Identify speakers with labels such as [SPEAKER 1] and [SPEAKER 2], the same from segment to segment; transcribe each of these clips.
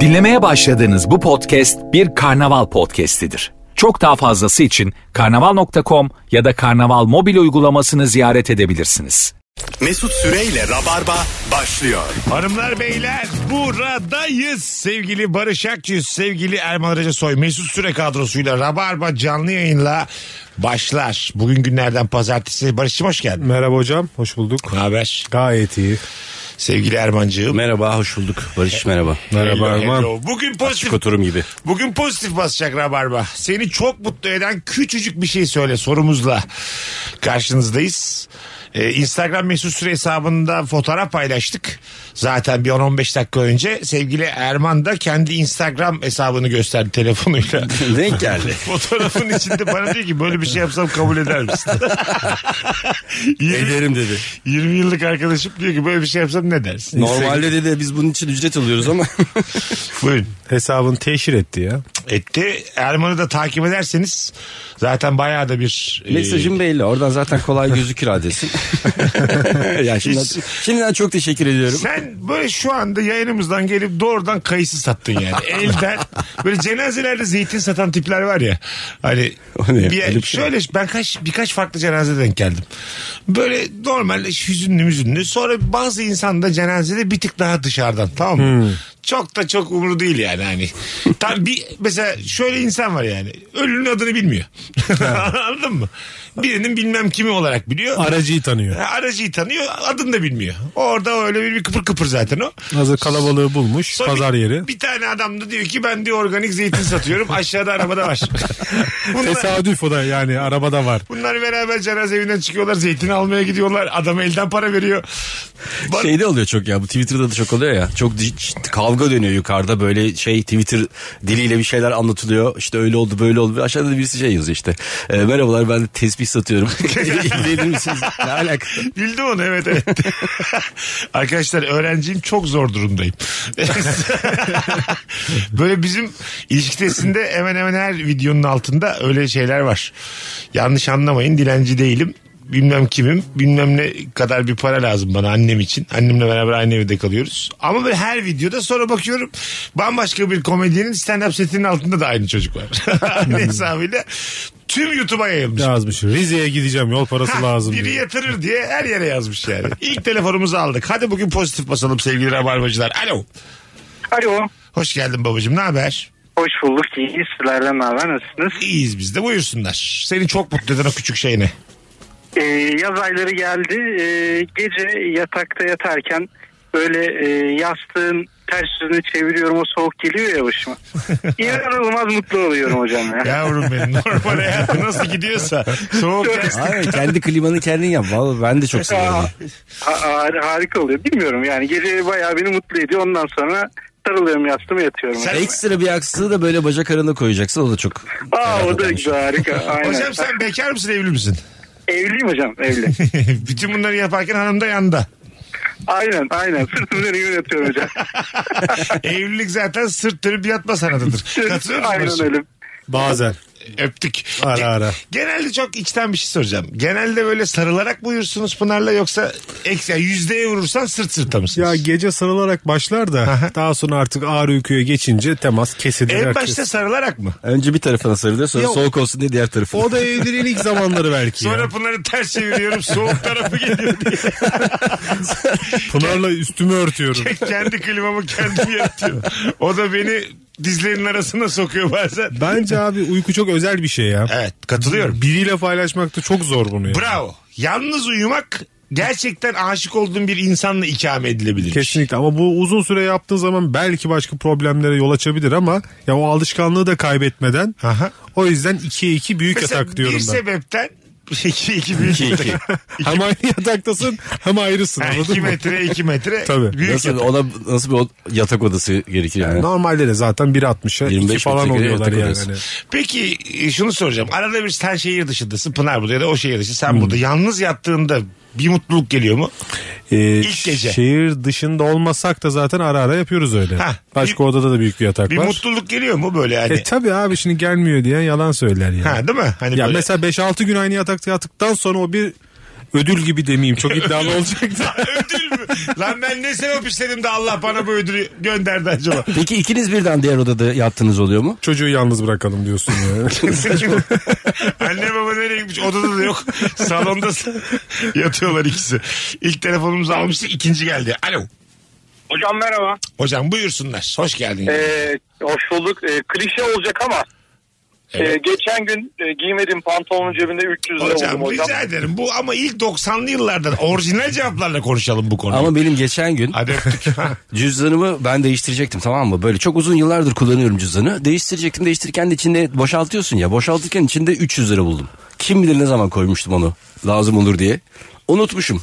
[SPEAKER 1] Dinlemeye başladığınız bu podcast bir karnaval podcastidir. Çok daha fazlası için karnaval.com ya da karnaval mobil uygulamasını ziyaret edebilirsiniz.
[SPEAKER 2] Mesut Süreyle Rabarba başlıyor.
[SPEAKER 3] Hanımlar beyler buradayız. Sevgili Barış Akçı, sevgili Erman Arıca Soy, Mesut Süre kadrosuyla Rabarba canlı yayınla başlar. Bugün günlerden pazartesi. Barış'cığım hoş geldin.
[SPEAKER 4] Merhaba hocam, hoş bulduk.
[SPEAKER 3] Ne haber?
[SPEAKER 4] Gayet iyi.
[SPEAKER 3] Sevgili Erman'cığım.
[SPEAKER 5] Merhaba, hoş bulduk. Barış merhaba.
[SPEAKER 4] Merhaba
[SPEAKER 3] Hello,
[SPEAKER 4] Erman.
[SPEAKER 3] hello. Bugün pozitif,
[SPEAKER 5] Açık oturum gibi.
[SPEAKER 3] bugün pozitif basacak Rabarba. Seni çok mutlu eden küçücük bir şey söyle sorumuzla karşınızdayız. Ee, Instagram mesut süre hesabında fotoğraf paylaştık. Zaten bir 10-15 dakika önce sevgili Erman da kendi Instagram hesabını gösterdi telefonuyla.
[SPEAKER 5] Denk geldi.
[SPEAKER 3] Fotoğrafın içinde bana diyor ki böyle bir şey yapsam kabul eder misin? 20,
[SPEAKER 5] Ederim dedi.
[SPEAKER 3] 20 yıllık arkadaşım diyor ki böyle bir şey yapsam ne dersin?
[SPEAKER 5] Normalde dedi biz bunun için ücret alıyoruz ama.
[SPEAKER 3] Buyurun.
[SPEAKER 4] Hesabın teşhir etti ya.
[SPEAKER 3] etti. Erman'ı da takip ederseniz zaten bayağı da bir e,
[SPEAKER 5] Mesajım belli. Oradan zaten kolay gözükür adresin. ya şimdiden, şimdiden çok teşekkür ediyorum.
[SPEAKER 3] sen böyle şu anda yayınımızdan gelip doğrudan kayısı sattın yani. Elden böyle cenazelerde zeytin satan tipler var ya. Hani
[SPEAKER 5] O ne ya?
[SPEAKER 3] bir-
[SPEAKER 5] Öyle bir şey
[SPEAKER 3] şöyle ben kaç birkaç farklı cenazede denk geldim. Böyle normal hüzünlü müzünlü. Sonra bazı insan da cenazede bir tık daha dışarıdan tamam mı?
[SPEAKER 5] Hmm.
[SPEAKER 3] Çok da çok umuru değil yani hani. Tam bir mesela şöyle insan var yani. Ölünün adını bilmiyor. Anladın mı? Birinin bilmem kimi olarak biliyor.
[SPEAKER 4] Aracıyı tanıyor.
[SPEAKER 3] Ha, Aracıyı tanıyor adını da bilmiyor. Orada öyle bir, bir kıpır kıpır zaten o.
[SPEAKER 4] Hazır kalabalığı bulmuş,
[SPEAKER 3] Sonra
[SPEAKER 4] pazar
[SPEAKER 3] bir,
[SPEAKER 4] yeri.
[SPEAKER 3] Bir tane adam da diyor ki ben diyor organik zeytin satıyorum aşağıda arabada var. bunlar,
[SPEAKER 4] Tesadüf o da yani arabada var.
[SPEAKER 3] bunlar beraber cenaze evinden çıkıyorlar zeytin almaya gidiyorlar. Adam elden para veriyor. Ba-
[SPEAKER 5] Şeyde Şey oluyor çok ya bu Twitter'da da çok oluyor ya. Çok di- ç- kavga dönüyor yukarıda böyle şey Twitter diliyle bir şeyler anlatılıyor. İşte öyle oldu böyle oldu. Aşağıda da birisi şey yazıyor işte. E, merhabalar ben de tespih satıyorum. Gelir misiniz? Ne alaka?
[SPEAKER 3] Bildim onu evet evet. Arkadaşlar öğrenciyim çok zor durumdayım. Böyle bizim ilişkidesinde hemen hemen her videonun altında öyle şeyler var. Yanlış anlamayın dilenci değilim. Bilmem kimim bilmem ne kadar bir para lazım bana annem için. Annemle beraber aynı evde kalıyoruz. Ama böyle her videoda sonra bakıyorum bambaşka bir komedyenin stand-up setinin altında da aynı çocuk var. aynı hesabıyla tüm YouTube'a yayılmış.
[SPEAKER 4] Yazmış. Rize'ye gideceğim yol parası
[SPEAKER 3] Ha,
[SPEAKER 4] lazım.
[SPEAKER 3] Biri
[SPEAKER 4] diyor.
[SPEAKER 3] yatırır diye her yere yazmış yani. İlk telefonumuzu aldık. Hadi bugün pozitif basalım sevgili rabarbacılar. Alo.
[SPEAKER 6] Alo.
[SPEAKER 3] Hoş geldin babacığım. Ne haber?
[SPEAKER 6] Hoş bulduk. İyi sizlerden ne haber? Nasılsınız?
[SPEAKER 3] İyiyiz biz de. Buyursunlar. Seni çok mutlu eden o küçük şey ne?
[SPEAKER 6] Ee, yaz ayları geldi. Ee, gece yatakta yatarken böyle e, yastığın ters yüzünü çeviriyorum o soğuk geliyor ya başıma. İnanılmaz mutlu oluyorum hocam ya.
[SPEAKER 3] Yavrum benim normal hayatı nasıl gidiyorsa. Soğuk yastık.
[SPEAKER 5] Abi kendi klimanı kendin yap. Vallahi ben de çok seviyorum.
[SPEAKER 6] Ha- har- harika oluyor. Bilmiyorum yani gece bayağı beni mutlu ediyor. Ondan sonra sarılıyorum yastıma yatıyorum.
[SPEAKER 3] Sen-
[SPEAKER 5] Ekstra bir aksını da böyle bacak arana koyacaksın. O da çok...
[SPEAKER 6] Aa o da güzel harika. Aynen.
[SPEAKER 3] Hocam sen bekar mısın evli misin?
[SPEAKER 6] Evliyim hocam evli.
[SPEAKER 3] Bütün bunları yaparken hanım da yanında.
[SPEAKER 6] aynen aynen sırtımı dönüyor yatıyorum hocam.
[SPEAKER 3] Evlilik zaten sırt dönüp yatma sanatıdır. Katılıyor musun?
[SPEAKER 6] aynen
[SPEAKER 3] Barış'ım?
[SPEAKER 6] öyle.
[SPEAKER 4] Bazen.
[SPEAKER 3] Öptük.
[SPEAKER 4] Ara ara.
[SPEAKER 3] Genelde çok içten bir şey soracağım. Genelde böyle sarılarak mı uyursunuz Pınar'la yoksa eksi, yani yüzdeye vurursan sırt sırta mısınız?
[SPEAKER 4] Ya gece sarılarak başlar da daha sonra artık ağır uykuya geçince temas kesilir.
[SPEAKER 3] en
[SPEAKER 4] herkes.
[SPEAKER 3] başta sarılarak mı?
[SPEAKER 5] Önce bir tarafına sarılıyor sonra
[SPEAKER 4] Yok.
[SPEAKER 5] soğuk olsun diye diğer tarafına.
[SPEAKER 4] O da evliliğin ilk zamanları belki ya.
[SPEAKER 3] Sonra Pınar'ı ters çeviriyorum soğuk tarafı geliyor diye.
[SPEAKER 4] Pınar'la üstümü örtüyorum.
[SPEAKER 3] Kendi klimamı kendim yaratıyorum. O da beni dizlerinin arasına sokuyor bazen.
[SPEAKER 4] Bence abi uyku çok özel bir şey ya.
[SPEAKER 3] Evet katılıyorum.
[SPEAKER 4] Biriyle paylaşmak da çok zor bunu ya.
[SPEAKER 3] Bravo. Yalnız uyumak gerçekten aşık olduğun bir insanla ikame edilebilir.
[SPEAKER 4] Kesinlikle ama bu uzun süre yaptığın zaman belki başka problemlere yol açabilir ama ya o alışkanlığı da kaybetmeden
[SPEAKER 3] Aha.
[SPEAKER 4] o yüzden 2'ye 2 büyük
[SPEAKER 3] Mesela
[SPEAKER 4] yatak diyorum
[SPEAKER 3] bir
[SPEAKER 4] ben.
[SPEAKER 3] sebepten iki, iki, büyük
[SPEAKER 5] İki, iki.
[SPEAKER 3] yatak.
[SPEAKER 4] Hem aynı yataktasın hem ayrısın
[SPEAKER 3] Yani
[SPEAKER 4] anladın
[SPEAKER 3] iki
[SPEAKER 4] mı?
[SPEAKER 3] metre iki metre
[SPEAKER 4] Tabii.
[SPEAKER 3] büyük
[SPEAKER 5] Nasıl,
[SPEAKER 3] yatak.
[SPEAKER 5] ona nasıl bir o- yatak odası gerekir yani?
[SPEAKER 4] Normalde de zaten 1.60'a 2
[SPEAKER 5] 25
[SPEAKER 4] falan
[SPEAKER 5] metrekare
[SPEAKER 4] oluyorlar
[SPEAKER 5] yatak
[SPEAKER 4] yani.
[SPEAKER 5] odası.
[SPEAKER 3] Peki e, şunu soracağım. Arada bir sen şehir dışındasın Pınar burada ya da o şehir dışı
[SPEAKER 4] Hmm.
[SPEAKER 3] sen burada. Yalnız yattığında bir mutluluk geliyor mu?
[SPEAKER 4] Ee,
[SPEAKER 3] İlk gece.
[SPEAKER 4] Şehir dışında olmasak da zaten ara ara yapıyoruz öyle.
[SPEAKER 3] Ha,
[SPEAKER 4] Başka
[SPEAKER 3] bir-
[SPEAKER 4] odada da büyük bir yatak
[SPEAKER 3] Bir
[SPEAKER 4] var.
[SPEAKER 3] mutluluk geliyor mu böyle hani?
[SPEAKER 4] E tabi abi şimdi gelmiyor diyen yalan söyler yani.
[SPEAKER 3] ha değil mi? Hani
[SPEAKER 4] Ya
[SPEAKER 3] böyle
[SPEAKER 4] mesela 5-6 gün aynı yatakta yattıktan sonra o bir Ödül gibi demeyeyim çok iddialı olacaktı.
[SPEAKER 3] Ödül mü? Lan ben ne sebep istedim de Allah bana bu ödülü gönderdi acaba.
[SPEAKER 5] Peki ikiniz birden diğer odada yattınız oluyor mu?
[SPEAKER 4] Çocuğu yalnız bırakalım diyorsun ya.
[SPEAKER 3] Anne baba nereye gitmiş? Odada da yok. Salonda yatıyorlar ikisi. İlk telefonumuzu almıştık ikinci geldi. Alo.
[SPEAKER 6] Hocam merhaba.
[SPEAKER 3] Hocam buyursunlar. Hoş geldin.
[SPEAKER 6] Ee, hoş bulduk. Ee, klişe olacak ama
[SPEAKER 3] Evet.
[SPEAKER 6] e, geçen gün e, giymediğim pantolonun cebinde 300 lira
[SPEAKER 3] Hocam,
[SPEAKER 6] buldum hocam.
[SPEAKER 3] rica ederim. Bu ama ilk 90'lı yıllardan orijinal cevaplarla konuşalım bu konuyu.
[SPEAKER 5] Ama benim geçen gün
[SPEAKER 3] Hadi öptük. Ha.
[SPEAKER 5] cüzdanımı ben değiştirecektim tamam mı? Böyle çok uzun yıllardır kullanıyorum cüzdanı. Değiştirecektim değiştirirken de içinde boşaltıyorsun ya. Boşaltırken içinde 300 lira buldum. Kim bilir ne zaman koymuştum onu lazım olur diye. Unutmuşum.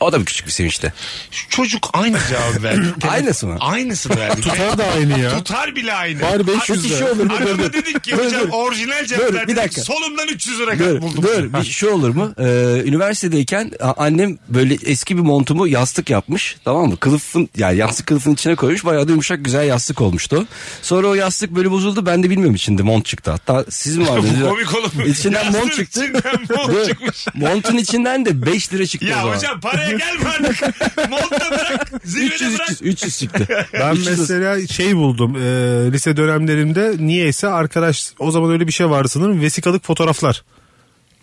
[SPEAKER 5] O da bir küçük bir sevinçte.
[SPEAKER 3] Şu Çocuk aynı cevabı verdi.
[SPEAKER 5] Aynısı mı?
[SPEAKER 3] Aynısını verdi.
[SPEAKER 4] Tutar da aynı ya.
[SPEAKER 3] Tutar bile aynı.
[SPEAKER 4] Bari 500
[SPEAKER 3] Abi,
[SPEAKER 4] lira.
[SPEAKER 3] şey olur mu?
[SPEAKER 5] Dur,
[SPEAKER 3] Arada
[SPEAKER 5] dur.
[SPEAKER 3] dedik ki
[SPEAKER 5] Dur,
[SPEAKER 3] hocam
[SPEAKER 5] dur.
[SPEAKER 3] orijinal cevap
[SPEAKER 5] Dur,
[SPEAKER 3] verdi.
[SPEAKER 5] bir dakika.
[SPEAKER 3] Solumdan 300 lira
[SPEAKER 5] Dur,
[SPEAKER 3] buldum.
[SPEAKER 5] dur. Bir şey olur mu? Ee, üniversitedeyken a- annem böyle eski bir montumu yastık yapmış. Tamam mı? Kılıfın yani yastık kılıfın içine koymuş. Bayağı da yumuşak güzel yastık olmuştu. Sonra o yastık böyle bozuldu. Ben de bilmiyorum içinde mont çıktı. Hatta siz mi vardınız?
[SPEAKER 3] Komik oğlum.
[SPEAKER 5] şey İçinden
[SPEAKER 3] Yastığın
[SPEAKER 5] mont çıktı.
[SPEAKER 3] içinden mont
[SPEAKER 5] Dur.
[SPEAKER 3] çıkmış.
[SPEAKER 5] Montun içinden de 5 lira çıktı o
[SPEAKER 3] Ya
[SPEAKER 5] zaman.
[SPEAKER 3] hocam paraya gelme artık. Monta bırak.
[SPEAKER 5] 300,
[SPEAKER 3] Zirvede bırak.
[SPEAKER 5] 300, 300 çıktı.
[SPEAKER 4] Ben
[SPEAKER 5] 300
[SPEAKER 4] mesela şey buldum e, lise dönemlerimde niyeyse arkadaş o zaman öyle bir şey vardı sanırım vesikalık fotoğraflar.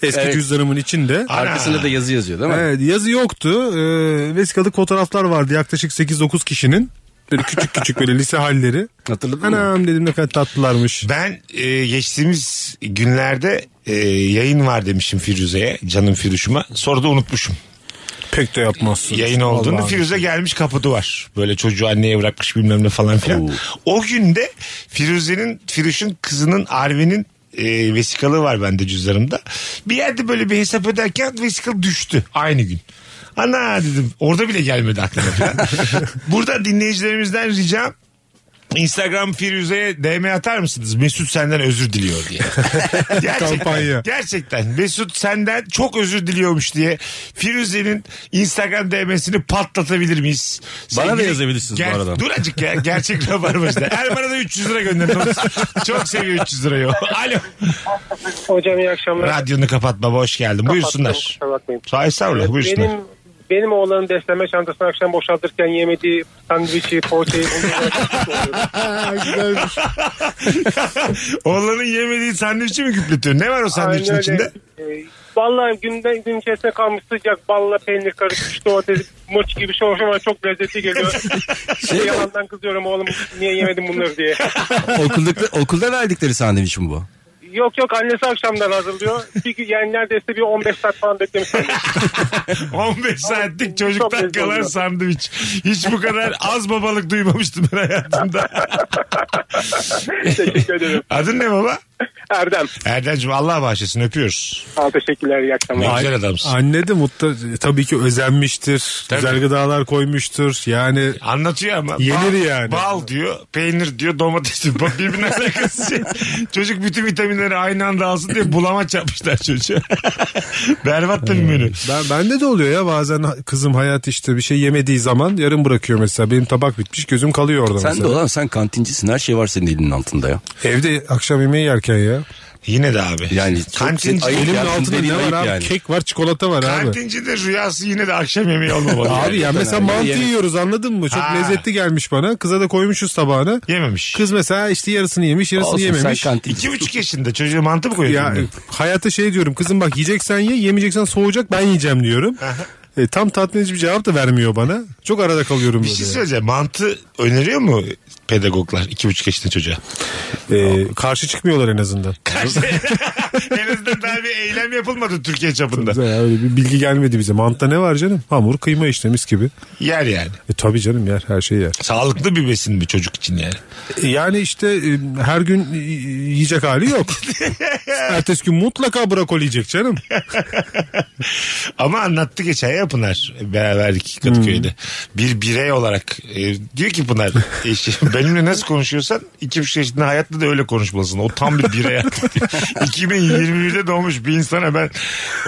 [SPEAKER 4] Eski
[SPEAKER 5] Evet.
[SPEAKER 4] cüzdanımın içinde.
[SPEAKER 5] Arkasında da yazı yazıyor değil mi?
[SPEAKER 4] Evet, yazı yoktu. Ee, vesikalık fotoğraflar vardı yaklaşık 8-9 kişinin. Böyle küçük küçük böyle lise halleri.
[SPEAKER 5] Hatırladın mı?
[SPEAKER 4] Anam dedim ne kadar tatlılarmış.
[SPEAKER 3] Ben e, geçtiğimiz günlerde e, yayın var demişim Firuze'ye. Canım Firuş'uma. Sonra da unutmuşum.
[SPEAKER 4] Pek de yapmazsın.
[SPEAKER 3] Yayın olduğunu Firuze gelmiş kapıda var. Böyle çocuğu anneye bırakmış bilmem ne falan filan. O günde Firuze'nin, Firuş'un kızının Arvin'in e, vesikalığı var bende cüzdanımda. Bir yerde böyle bir hesap öderken vesikalı düştü aynı gün. Ana dedim orada bile gelmedi aklıma falan. Burada dinleyicilerimizden ricam Instagram Firuze'ye DM atar mısınız? Mesut senden özür diliyor diye. gerçekten,
[SPEAKER 4] Kampanya.
[SPEAKER 3] gerçekten Mesut senden çok özür diliyormuş diye Firuze'nin Instagram DM'sini patlatabilir miyiz?
[SPEAKER 5] Bana da
[SPEAKER 3] Sevgili-
[SPEAKER 5] yazabilirsiniz bu arada.
[SPEAKER 3] Dur acık ya gerçek rabarbacıda. Erman'a da 300 lira gönderin. çok seviyor 300 lirayı. o. Alo.
[SPEAKER 7] Hocam iyi akşamlar.
[SPEAKER 3] Radyonu kapatma hoş geldin. Buyursunlar.
[SPEAKER 7] Kusura bakmayın.
[SPEAKER 3] Sağ estağfurullah buyursunlar.
[SPEAKER 7] Benim benim oğlanın beslenme çantasını akşam boşaltırken yemediği sandviçi, poğaçayı onu
[SPEAKER 3] Oğlanın yemediği sandviçi mi küpletiyor? Ne var o sandviçin içinde?
[SPEAKER 7] Ee, vallahi günden gün içerisinde kalmış sıcak balla peynir karışmış domates mırç gibi şey olmuş ama çok lezzetli geliyor. şey yalandan kızıyorum oğlum niye yemedim bunları diye.
[SPEAKER 5] okulda, okulda verdikleri sandviç mi bu?
[SPEAKER 7] Yok yok annesi akşamdan hazırlıyor. Bir, gün- yani neredeyse bir 15 saat falan beklemiş.
[SPEAKER 3] 15
[SPEAKER 7] Çok
[SPEAKER 3] saatlik çocuktan
[SPEAKER 7] lezzetli
[SPEAKER 3] kalan
[SPEAKER 7] oluyor.
[SPEAKER 3] sandviç. Hiç bu kadar az babalık duymamıştım ben hayatımda.
[SPEAKER 7] Teşekkür ederim.
[SPEAKER 3] Adın ne baba?
[SPEAKER 7] Erdem.
[SPEAKER 3] Erdem'cim Allah bağışlasın öpüyoruz.
[SPEAKER 7] Sağ ol, teşekkürler. iyi akşamlar.
[SPEAKER 3] Ne güzel adamsın.
[SPEAKER 4] Anne de mutlu e, tabii ki özenmiştir.
[SPEAKER 3] Tabii.
[SPEAKER 4] Güzel gıdalar koymuştur. Yani
[SPEAKER 3] Anlatıyor ama. bal,
[SPEAKER 4] Yenir yani.
[SPEAKER 3] Bal diyor, peynir diyor, domates diyor. Bak Birbirine alakası şey. Çocuk bütün vitaminleri aynı anda alsın diye bulamaç yapmışlar çocuğa. Berbat da bir menü.
[SPEAKER 4] ben bende de oluyor ya bazen ha- kızım hayat işte bir şey yemediği zaman yarım bırakıyor mesela. Benim tabak bitmiş gözüm kalıyor orada
[SPEAKER 5] Sen de
[SPEAKER 4] mesela.
[SPEAKER 5] olan sen kantincisin her şey var senin elinin altında ya.
[SPEAKER 4] Evde akşam yemeği yerken ya.
[SPEAKER 3] Yine de abi.
[SPEAKER 5] Yani çok-
[SPEAKER 3] Kantinci-
[SPEAKER 5] ayıp
[SPEAKER 4] Elimin
[SPEAKER 5] ya,
[SPEAKER 4] altında
[SPEAKER 5] dediğin
[SPEAKER 4] ne var
[SPEAKER 5] ayıp
[SPEAKER 4] abi?
[SPEAKER 5] yani.
[SPEAKER 4] Kek var çikolata var abi.
[SPEAKER 3] Kantincinin rüyası yine de akşam yemeği olmamalı.
[SPEAKER 4] Abi ya mesela
[SPEAKER 5] Yani
[SPEAKER 4] mantı
[SPEAKER 5] yemek-
[SPEAKER 4] yiyoruz anladın mı? Çok
[SPEAKER 3] Ha.
[SPEAKER 4] lezzetli gelmiş bana. Kıza da koymuşuz tabağına.
[SPEAKER 3] Yememiş.
[SPEAKER 4] Kız mesela işte yarısını yemiş yarısını
[SPEAKER 5] Olsun sen
[SPEAKER 4] yememiş.
[SPEAKER 5] kantinci.
[SPEAKER 3] İki buçuk yaşında çocuğa mantı mı koyuyorsun?
[SPEAKER 4] Ya
[SPEAKER 3] Ya,
[SPEAKER 4] hayata şey diyorum kızım bak yiyeceksen ye yemeyeceksen soğuyacak ben yiyeceğim diyorum. E, tam tatmin edici bir cevap da vermiyor bana. Çok arada kalıyorum
[SPEAKER 3] bir
[SPEAKER 4] böyle.
[SPEAKER 3] şey söyleyeceğim. Mantı öneriyor mu pedagoglar iki buçuk yaşında çocuğa?
[SPEAKER 4] E, karşı çıkmıyorlar en azından.
[SPEAKER 3] en azından daha bir eylem yapılmadı Türkiye çapında.
[SPEAKER 4] Ya öyle bir bilgi gelmedi bize. Mantta ne var canım? Hamur kıyma işte mis gibi.
[SPEAKER 3] Yer yani.
[SPEAKER 4] E tabi canım yer her şey yer.
[SPEAKER 3] Sağlıklı bir besin bir çocuk için yani.
[SPEAKER 4] E, yani işte e, her gün e, yiyecek hali yok. Ertesi gün mutlaka brokoli yiyecek canım.
[SPEAKER 3] Ama anlattı geçen ya Pınar beraberdik Kadıköy'de. Bir birey olarak e, diyor ki Pınar eşi, benimle nasıl konuşuyorsan iki buçuk yaşında hayatta da öyle konuşmalısın. O tam bir birey artık diyor. 2020 2021'de doğmuş bir insana ben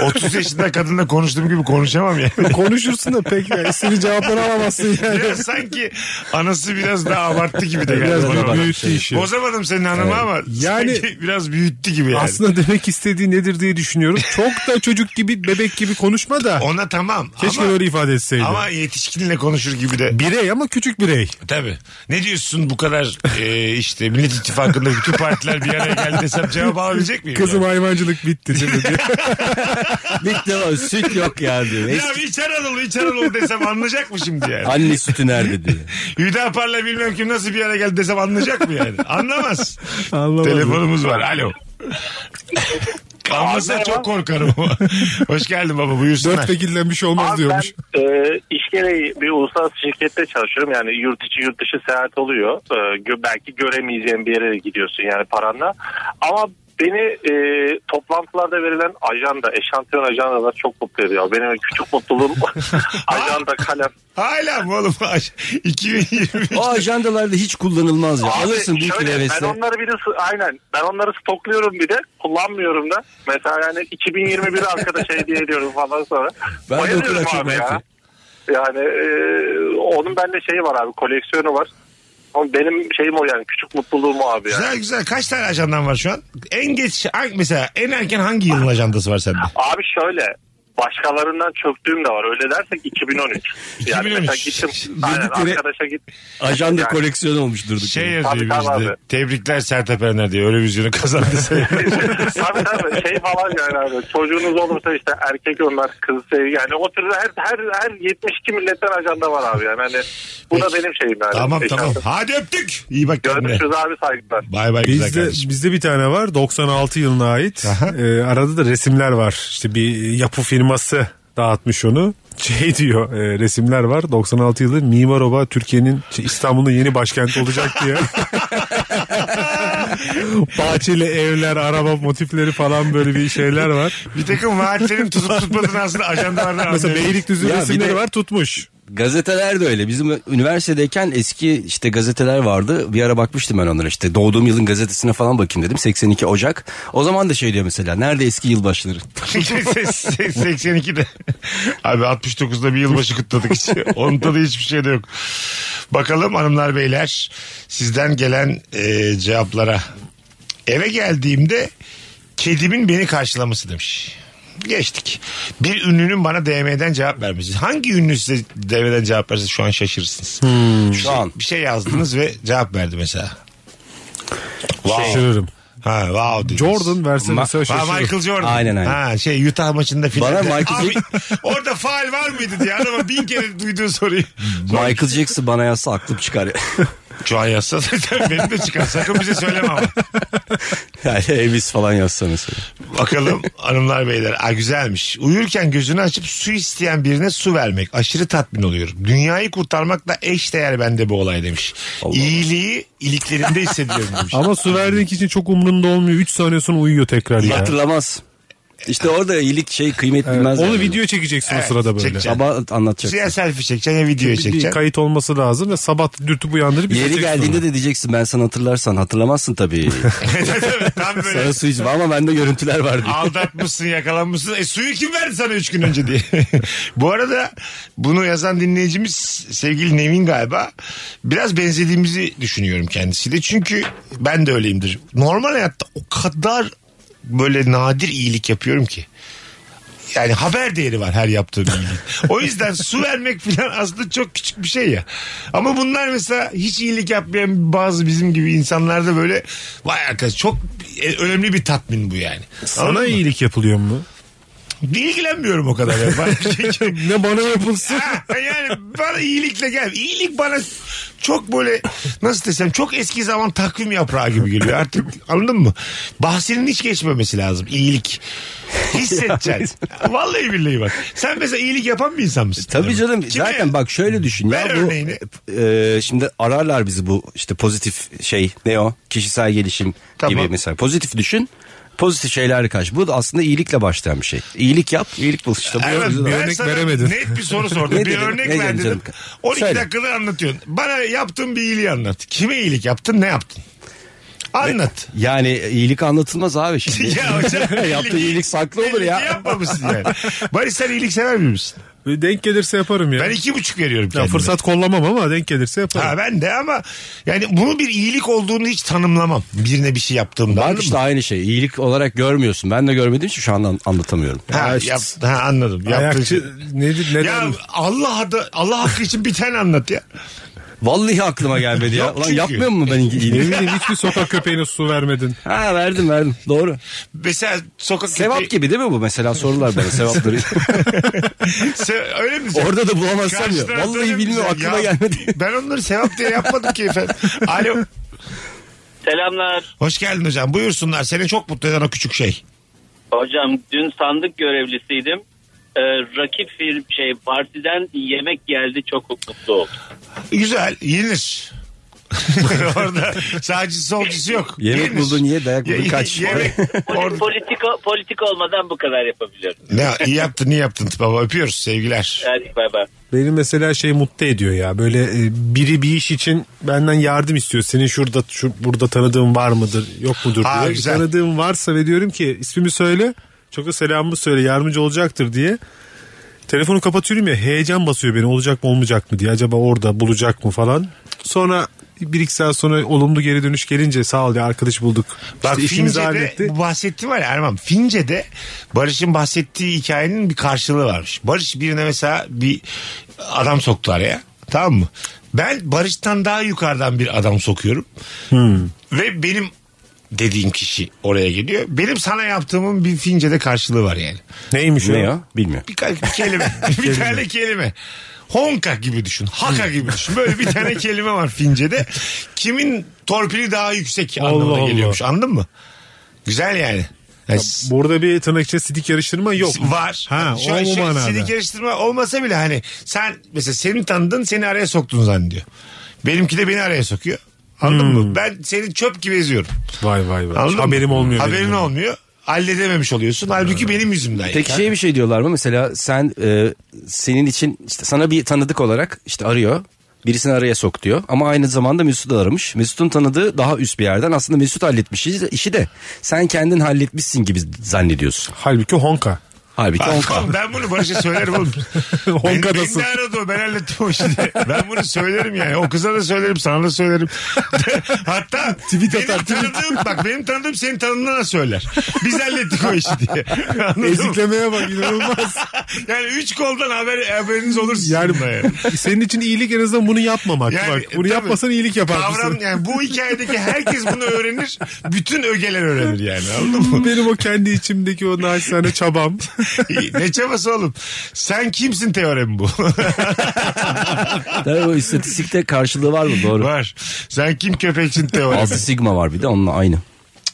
[SPEAKER 3] 30 yaşında kadınla konuştuğum gibi konuşamam yani.
[SPEAKER 4] Konuşursun da pek yani. İstediğin cevapları alamazsın yani.
[SPEAKER 3] Biraz sanki anası biraz daha abarttı gibi de geldi.
[SPEAKER 4] Biraz
[SPEAKER 3] bana.
[SPEAKER 4] da büyüttü işi.
[SPEAKER 3] Bozamadım senin hanımı ama yani
[SPEAKER 4] Yani-
[SPEAKER 3] sanki biraz büyüttü gibi yani.
[SPEAKER 4] Aslında demek istediği nedir diye düşünüyorum. Çok da çocuk gibi bebek gibi konuşma da.
[SPEAKER 3] Ona tamam.
[SPEAKER 4] Keşke
[SPEAKER 3] ama,
[SPEAKER 4] böyle ifade etseydi.
[SPEAKER 3] ama yetişkinle konuşur gibi de.
[SPEAKER 4] Birey ama küçük birey.
[SPEAKER 3] Tabii. Ne diyorsun bu kadar e, işte Millet İttifakı'nda bütün partiler bir araya geldi desem cevap alabilecek miyim?
[SPEAKER 4] Kızım
[SPEAKER 3] yani?
[SPEAKER 4] hayvancılık bitti değil mi? diye.
[SPEAKER 5] Bitti ama süt yok ya diyor.
[SPEAKER 3] Ya
[SPEAKER 5] Eski-
[SPEAKER 3] bir İç Anadolu, İç Anadolu desem anlayacak mı şimdi yani?
[SPEAKER 5] Anne sütü nerede diyor.
[SPEAKER 3] Hüdapar'la bilmem kim nasıl bir araya geldi desem anlayacak mı yani? Anlamaz.
[SPEAKER 4] Anlamadım.
[SPEAKER 3] Telefonumuz var. Alo. Anlasa çok korkarım. Hoş geldin baba buyursunlar.
[SPEAKER 4] Dört vekilden bir şey olmaz
[SPEAKER 8] Abi
[SPEAKER 4] diyormuş.
[SPEAKER 8] ben e, iş gereği bir uluslararası şirkette çalışıyorum. Yani yurt içi yurt dışı seyahat oluyor. E, gö- belki göremeyeceğin bir yere gidiyorsun yani paranla. Ama beni e, toplantılarda verilen ajanda, eşantiyon ajandalar çok mutlu ediyor. Benim küçük mutluluğum ajanda, kalem.
[SPEAKER 3] Hala mı oğlum? 2023.
[SPEAKER 5] O ajandalarda hiç kullanılmaz ya. Alırsın
[SPEAKER 8] Abi
[SPEAKER 5] büyük bir
[SPEAKER 8] şöyle,
[SPEAKER 5] hevesle.
[SPEAKER 8] Ben onları bir de s- aynen ben onları stokluyorum bir de kullanmıyorum da. Mesela yani 2021 arkadaşa hediye ediyorum falan sonra.
[SPEAKER 5] Ben de o kadar
[SPEAKER 8] Bayılıyorum
[SPEAKER 5] çok
[SPEAKER 8] abi ya.
[SPEAKER 5] merak
[SPEAKER 8] Yani e, onun bende şeyi var abi koleksiyonu var. Ama benim şeyim o yani küçük mutluluğum o abi yani.
[SPEAKER 3] Güzel güzel. Kaç tane ajandan var şu an? En geç hangi- mesela en erken hangi yılın ajandası var sende?
[SPEAKER 8] Abi şöyle başkalarından çöktüğüm de var. Öyle dersek 2013. Yani
[SPEAKER 3] 2013.
[SPEAKER 8] mesela gittim. Aynen,
[SPEAKER 5] Dedikleri-
[SPEAKER 8] arkadaşa git.
[SPEAKER 5] Ajanda
[SPEAKER 8] Yani.
[SPEAKER 5] koleksiyonu olmuş durduk.
[SPEAKER 3] Şey
[SPEAKER 5] yere.
[SPEAKER 3] yazıyor
[SPEAKER 8] Tabii, tabii
[SPEAKER 3] bizde.
[SPEAKER 8] abi.
[SPEAKER 3] Tebrikler Sertap Erener diye. Eurovizyonu kazandı.
[SPEAKER 8] tabii tabii şey falan yani abi. Çocuğunuz olursa işte erkek onlar kız şey yani o tür her her her 72 milletten ajanda var abi yani hani bu da benim şeyim yani.
[SPEAKER 3] tamam
[SPEAKER 8] Eşantiyon.
[SPEAKER 3] tamam. Hadi öptük. İyi bak kendine.
[SPEAKER 8] Görüşürüz abi saygılar.
[SPEAKER 3] Bay bay güzel
[SPEAKER 4] Bizde
[SPEAKER 3] kardeşim.
[SPEAKER 4] bizde bir tane var 96 yılına ait. Ee, arada da resimler var. İşte bir yapı firması dağıtmış onu. Şey diyor e, resimler var 96 yılı Mimar Oba Türkiye'nin şey, İstanbul'un yeni başkenti olacak diye. Bahçeli evler, araba motifleri falan böyle bir şeyler var.
[SPEAKER 3] Bir takım vaatlerin tutup tutmadığını aslında ajandalardan
[SPEAKER 4] Mesela
[SPEAKER 3] anlıyoruz.
[SPEAKER 4] Beylikdüzü
[SPEAKER 5] Ya bir
[SPEAKER 4] resimleri
[SPEAKER 5] de-
[SPEAKER 4] var tutmuş.
[SPEAKER 5] Gazeteler de öyle. Bizim üniversitedeyken eski işte gazeteler vardı. Bir ara bakmıştım ben onlara işte. Doğduğum yılın gazetesine falan bakayım dedim. 82 Ocak. O zaman da şey diyor mesela. Nerede eski yılbaşları?
[SPEAKER 3] 82'de. Abi 69'da bir yılbaşı kutladık hiç. Onun tadı hiçbir şey de yok. Bakalım hanımlar beyler sizden gelen e, cevaplara. Eve geldiğimde kedimin beni karşılaması demiş. Geçtik. Bir ünlünün bana DM'den cevap vermesi. Hangi ünlü size DM'den cevap verse şu an şaşırırsınız.
[SPEAKER 5] Şu an.
[SPEAKER 3] Bir şey yazdınız ve cevap verdi mesela.
[SPEAKER 4] Şaşırırım.
[SPEAKER 3] Ha, wow dediniz.
[SPEAKER 4] Jordan verse
[SPEAKER 5] Ma-
[SPEAKER 4] mesela
[SPEAKER 3] Ha,
[SPEAKER 4] şaşırırım.
[SPEAKER 3] Michael Jordan.
[SPEAKER 5] Aynen, aynen.
[SPEAKER 3] Ha, şey Utah maçında filan.
[SPEAKER 5] Bana Michael
[SPEAKER 3] Abi, orada faal var mıydı diye adama bin kere duyduğu soruyu.
[SPEAKER 5] Michael Jackson bana yazsa aklım çıkar. ya.
[SPEAKER 3] Şu an yazsa zaten benim de çıkar. Sakın bize söyleme ama.
[SPEAKER 5] yani Elvis falan yazsa mesela.
[SPEAKER 3] Bakalım hanımlar beyler. Aa, güzelmiş. Uyurken gözünü açıp su isteyen birine su vermek. Aşırı tatmin oluyorum. Dünyayı kurtarmakla eş değer bende bu olay demiş.
[SPEAKER 5] Allah.
[SPEAKER 3] İyiliği iliklerinde hissediyorum demiş.
[SPEAKER 4] Ama su verdiğin için çok umrunda olmuyor. 3 saniye sonra uyuyor tekrar ya.
[SPEAKER 5] Hatırlamaz. İşte orada iyilik şey kıymet bilmez.
[SPEAKER 4] Onu
[SPEAKER 5] yani.
[SPEAKER 4] video Şey- çekeceksin
[SPEAKER 3] Evet,
[SPEAKER 4] o sırada böyle.
[SPEAKER 3] çekeceğim.
[SPEAKER 5] Sabah anlatacak.
[SPEAKER 3] Ya selfie çekeceksin ya video
[SPEAKER 4] bir, bir
[SPEAKER 3] çekeceksin.
[SPEAKER 4] kayıt olması lazım ve sabah dürtüp uyandırıp
[SPEAKER 5] Yeri geldiğinde
[SPEAKER 4] Şey-
[SPEAKER 5] de diyeceksin ben sana hatırlarsan hatırlamazsın tabii.
[SPEAKER 3] Tam böyle
[SPEAKER 5] Sana su içme ama bende görüntüler var diye.
[SPEAKER 3] Aldatmışsın yakalanmışsın. E suyu kim verdi sana 3 gün önce diye. Bu arada bunu yazan dinleyicimiz sevgili Nevin galiba. Biraz benzediğimizi düşünüyorum kendisiyle. Çünkü ben de öyleyimdir. Normal hayatta o kadar böyle nadir iyilik yapıyorum ki. Yani haber değeri var her yaptığım iyiliğin. O yüzden su vermek falan aslında çok küçük bir şey ya. Ama bunlar mesela hiç iyilik yapmayan bazı bizim gibi insanlarda böyle vay arkadaş çok e, önemli bir tatmin bu yani.
[SPEAKER 4] Sana iyilik yapılıyor mu?
[SPEAKER 3] İlgilenmiyorum o kadar ya. Ben-
[SPEAKER 4] Ne bana yapılsın?
[SPEAKER 3] şey Ha, yani bana iyilikle gel. İyilik bana çok böyle nasıl desem çok eski zaman takvim yaprağı gibi geliyor. Artık anladın mı? Bahsinin hiç geçmemesi lazım. İyilik. Hissedeceksin. Vallahi billahi bak. Sen mesela iyilik yapan bir insan mısın?
[SPEAKER 5] Tabii canım
[SPEAKER 3] Kime?
[SPEAKER 5] zaten bak şöyle düşün
[SPEAKER 3] Ver
[SPEAKER 5] ya bu
[SPEAKER 3] örneğini.
[SPEAKER 5] e, şimdi ararlar bizi bu işte pozitif şey ne o kişisel gelişim
[SPEAKER 3] Tamam.
[SPEAKER 5] gibi mesela pozitif düşün pozitif şeylerle karşı bu da aslında iyilikle başlayan bir şey iyilik yap iyilik bul işte bu
[SPEAKER 3] Evet,
[SPEAKER 5] güzel.
[SPEAKER 3] ben
[SPEAKER 4] örnek
[SPEAKER 3] sana
[SPEAKER 4] veremedin.
[SPEAKER 3] Net bir soru sordum.
[SPEAKER 5] Ne
[SPEAKER 3] bir
[SPEAKER 5] dedim?
[SPEAKER 3] örnek
[SPEAKER 5] Ne
[SPEAKER 3] ver
[SPEAKER 5] dedim
[SPEAKER 3] dedim.
[SPEAKER 5] canım?
[SPEAKER 3] 12
[SPEAKER 5] Söyle.
[SPEAKER 3] dakikada anlatıyorsun. Bana yaptığın bir iyiliği anlat. Kime iyilik yaptın? Ne yaptın? Anlat.
[SPEAKER 5] Yani iyilik anlatılmaz abi şimdi.
[SPEAKER 3] Ya hocam,
[SPEAKER 5] Yaptığı iyilik saklı olur ya.
[SPEAKER 3] Yapmamışsın yani. Barış sen iyilik sever misin?
[SPEAKER 4] Böyle Denk gelirse yaparım ya.
[SPEAKER 3] Ben iki buçuk veriyorum
[SPEAKER 4] ya
[SPEAKER 3] kendime.
[SPEAKER 4] fırsat kollamam ama denk gelirse yaparım.
[SPEAKER 3] Ha ben de ama yani bunu bir iyilik olduğunu hiç tanımlamam. Birine bir şey yaptığımda.
[SPEAKER 5] Bak
[SPEAKER 3] anladın
[SPEAKER 5] işte
[SPEAKER 3] mı?
[SPEAKER 5] aynı şey. İyilik olarak görmediğim Ben de görmediğim için şu an an- anlatamıyorum.
[SPEAKER 3] Ha, yap, ha anladım. Yaptığın şey.
[SPEAKER 4] Ayakçı nedir ne
[SPEAKER 3] Ya Allah adı Allah hakkı için bir tane anlat ya.
[SPEAKER 5] Vallahi aklıma gelmedi ya.
[SPEAKER 3] Yok
[SPEAKER 5] Ulan
[SPEAKER 3] çünkü.
[SPEAKER 5] yapmıyor mu ben
[SPEAKER 4] Ne
[SPEAKER 5] iyiliği?
[SPEAKER 4] bileyim hiçbir sokak köpeğine su vermedin.
[SPEAKER 5] ha verdim verdim. Doğru.
[SPEAKER 3] Mesela sokak
[SPEAKER 5] Sevap
[SPEAKER 3] köpeği-
[SPEAKER 5] gibi değil mi bu? Mesela sorular bana sevapları.
[SPEAKER 3] Se- öyle mi?
[SPEAKER 5] Orada da bulamazsam ya.
[SPEAKER 3] Karşıdan
[SPEAKER 5] Vallahi
[SPEAKER 3] söyle bize.
[SPEAKER 5] bilmiyorum aklıma
[SPEAKER 3] Ya,
[SPEAKER 5] gelmedi.
[SPEAKER 3] Ben onları sevap diye yapmadım ki efendim. Alo.
[SPEAKER 9] Selamlar.
[SPEAKER 3] Hoş geldin hocam. Buyursunlar. Seni çok mutlu eden o küçük şey.
[SPEAKER 9] Hocam dün sandık görevlisiydim. Ee, rakip film şey partiden yemek geldi çok mutlu oldum.
[SPEAKER 3] Güzel. Yenilir. Orada sağcısı solcusu yok.
[SPEAKER 5] Yemek
[SPEAKER 3] Yenilir.
[SPEAKER 5] buldun niye dayak buldun
[SPEAKER 3] Ye-
[SPEAKER 5] kaç.
[SPEAKER 3] Yemek.
[SPEAKER 9] Poli-
[SPEAKER 3] Orada-
[SPEAKER 9] politika politika olmadan bu kadar yapabiliyorum.
[SPEAKER 3] ne, iyi yaptın iyi yaptın baba. Öpüyoruz sevgiler.
[SPEAKER 9] Hadi bay bay.
[SPEAKER 4] Beni mesela şey mutlu ediyor ya. Böyle e, biri bir iş için benden yardım istiyor. Senin şurada şu burada tanıdığın var mıdır, yok mudur
[SPEAKER 3] Ha,
[SPEAKER 4] diye.
[SPEAKER 3] güzel.
[SPEAKER 4] Tanıdığım varsa ve diyorum ki ismimi söyle. Çok da selamımı söyle, yardımcı olacaktır diye. Telefonu kapatıyorum ya heyecan basıyor beni olacak mı olmayacak mı diye acaba orada bulacak mı falan. Sonra bir iki saat sonra olumlu geri dönüş gelince sağ ol ya arkadaş bulduk.
[SPEAKER 3] Bak
[SPEAKER 4] işte işimizi
[SPEAKER 3] Fince'de
[SPEAKER 4] halletti.
[SPEAKER 3] bu bahsettiğim var ya Erman. Fince'de Barış'ın bahsettiği hikayenin bir karşılığı varmış. Barış birine mesela bir adam soktu araya. Tamam mı? Ben Barış'tan daha yukarıdan bir adam sokuyorum.
[SPEAKER 5] Hmm.
[SPEAKER 3] Ve benim dediğim kişi oraya geliyor. Benim sana yaptığımın bir Fince'de karşılığı var yani.
[SPEAKER 4] Neymiş o?
[SPEAKER 5] Ne ya? Bilmiyorum.
[SPEAKER 3] Bir, ka- bir kelime. bir tane kelime. Honka gibi düşün. Haka gibi düşün. Böyle bir tane kelime var Fince'de. Kimin torpili daha yüksek anlamına
[SPEAKER 4] Allah Allah.
[SPEAKER 3] geliyormuş. Anladın mı? Güzel yani. Yani s-
[SPEAKER 4] Burada bir tırnak içinde sidik yarıştırma yok.
[SPEAKER 3] var.
[SPEAKER 4] Ha,
[SPEAKER 3] Şu
[SPEAKER 4] o
[SPEAKER 3] an
[SPEAKER 4] bu
[SPEAKER 3] şey,
[SPEAKER 4] manada.
[SPEAKER 3] sidik yarıştırma olmasa bile hani sen mesela seni tanıdın seni araya soktun zannediyor. Benimki de beni araya sokuyor. Anladın mı? Ben seni çöp gibi eziyorum.
[SPEAKER 4] Vay vay vay.
[SPEAKER 3] Anladın mı?
[SPEAKER 4] Hmm. Haberim olmuyor. benim. Hmm.
[SPEAKER 3] Haberin olmuyor. Halledememiş oluyorsun. Halbuki benim yüzümden.
[SPEAKER 5] Peki
[SPEAKER 3] yani.
[SPEAKER 5] şey bir şey diyorlar mı? Mesela sen e, senin için işte sana bir tanıdık olarak işte arıyor. Birisini araya sok diyor. Ama aynı zamanda Mesut da aramış. Mesut'un tanıdığı daha üst bir yerden. Aslında Mesut halletmiş işi- işi de. Sen kendin halletmişsin gibi zannediyorsun.
[SPEAKER 4] Halbuki honka.
[SPEAKER 5] Halbuki
[SPEAKER 3] Ben-
[SPEAKER 5] onka.
[SPEAKER 3] Ben bunu Barış'a söylerim oğlum. Beni, beni
[SPEAKER 4] Honka'dasın.
[SPEAKER 3] de aradı o ben hallettim o işi diye. Ben bunu söylerim yani. O kıza da söylerim sana da söylerim. Hatta
[SPEAKER 4] Tweet
[SPEAKER 3] benim
[SPEAKER 4] atar, tweet.
[SPEAKER 3] tanıdığım, bak benim tanıdığım senin tanıdığına söyler. Biz hallettik o işi diye. Anladın mı?
[SPEAKER 4] Eziklemeye bak inanılmaz.
[SPEAKER 3] Yani üç koldan haber, haberiniz olur sizin
[SPEAKER 4] Yani
[SPEAKER 3] de yani.
[SPEAKER 4] senin için iyilik en azından bunu yapmamak.
[SPEAKER 3] Yani,
[SPEAKER 4] bak bunu
[SPEAKER 3] tabii.
[SPEAKER 4] yapmasan iyilik yapar
[SPEAKER 3] Kavram
[SPEAKER 4] mısın?
[SPEAKER 3] yani bu hikayedeki herkes bunu öğrenir. Bütün ögeler öğrenir yani anladın mı?
[SPEAKER 4] Benim o kendi içimdeki o naçizane çabam.
[SPEAKER 3] ne çabası oğlum? Sen kimsin teoremi bu?
[SPEAKER 5] Tabii o istatistikte karşılığı var mı? Doğru.
[SPEAKER 3] Var. Sen kim köpeksin teoremi?
[SPEAKER 5] Altı sigma var bir de onunla aynı.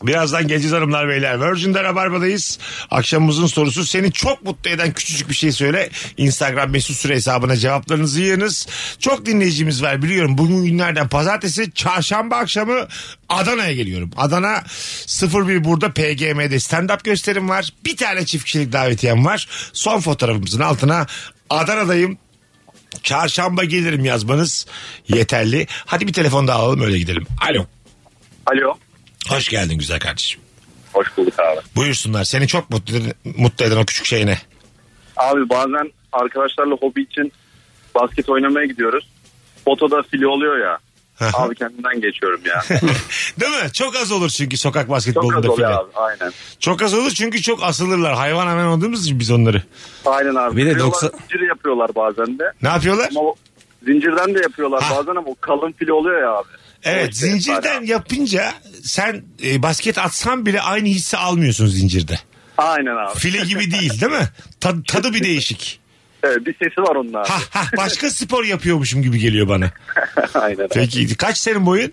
[SPEAKER 3] Birazdan geleceğiz hanımlar beyler. Virgin'de Rabarba'dayız. Akşamımızın sorusu seni çok mutlu eden küçücük bir şey söyle. Instagram mesut süre hesabına cevaplarınızı yığınız. Çok dinleyicimiz var biliyorum. Bugün günlerden pazartesi çarşamba akşamı Adana'ya geliyorum. Adana 01 burada PGM'de stand-up gösterim var. Bir tane çift kişilik davetiyem var. Son fotoğrafımızın altına Adana'dayım. Çarşamba gelirim yazmanız yeterli. Hadi bir telefon daha alalım öyle gidelim. Alo.
[SPEAKER 8] Alo.
[SPEAKER 3] Hoş geldin güzel kardeşim.
[SPEAKER 8] Hoş bulduk abi.
[SPEAKER 3] Buyursunlar. Seni çok mutlu, mutlu eden o küçük şey ne?
[SPEAKER 8] Abi bazen arkadaşlarla hobi için basket oynamaya gidiyoruz. Fotoda fili oluyor ya. abi kendimden geçiyorum ya.
[SPEAKER 3] Değil mi? Çok az olur çünkü sokak
[SPEAKER 8] Çok az
[SPEAKER 3] basketbolunda
[SPEAKER 8] oluyor
[SPEAKER 3] filan.
[SPEAKER 8] abi aynen.
[SPEAKER 3] Çok az olur çünkü çok asılırlar. Hayvan hemen olduğumuz için biz onları.
[SPEAKER 8] Aynen abi.
[SPEAKER 5] Bir de
[SPEAKER 8] Kırıyorlar,
[SPEAKER 5] 90
[SPEAKER 8] Zincir yapıyorlar bazen de.
[SPEAKER 3] Ne yapıyorlar?
[SPEAKER 8] Ama o- zincirden de yapıyorlar
[SPEAKER 3] Ha.
[SPEAKER 8] bazen ama o kalın fili oluyor ya abi.
[SPEAKER 3] Evet
[SPEAKER 8] Şey,
[SPEAKER 3] zincirden
[SPEAKER 8] bayağı.
[SPEAKER 3] yapınca sen e, basket atsan bile aynı hissi almıyorsun zincirde.
[SPEAKER 8] Aynen abi.
[SPEAKER 3] File gibi değil değil mi? Tad- tadı bir değişik.
[SPEAKER 8] Evet, bir sesi var onun abi.
[SPEAKER 3] Ha ha başka spor yapıyormuşum gibi geliyor bana.
[SPEAKER 8] aynen abi.
[SPEAKER 3] Peki kaç senin boyun?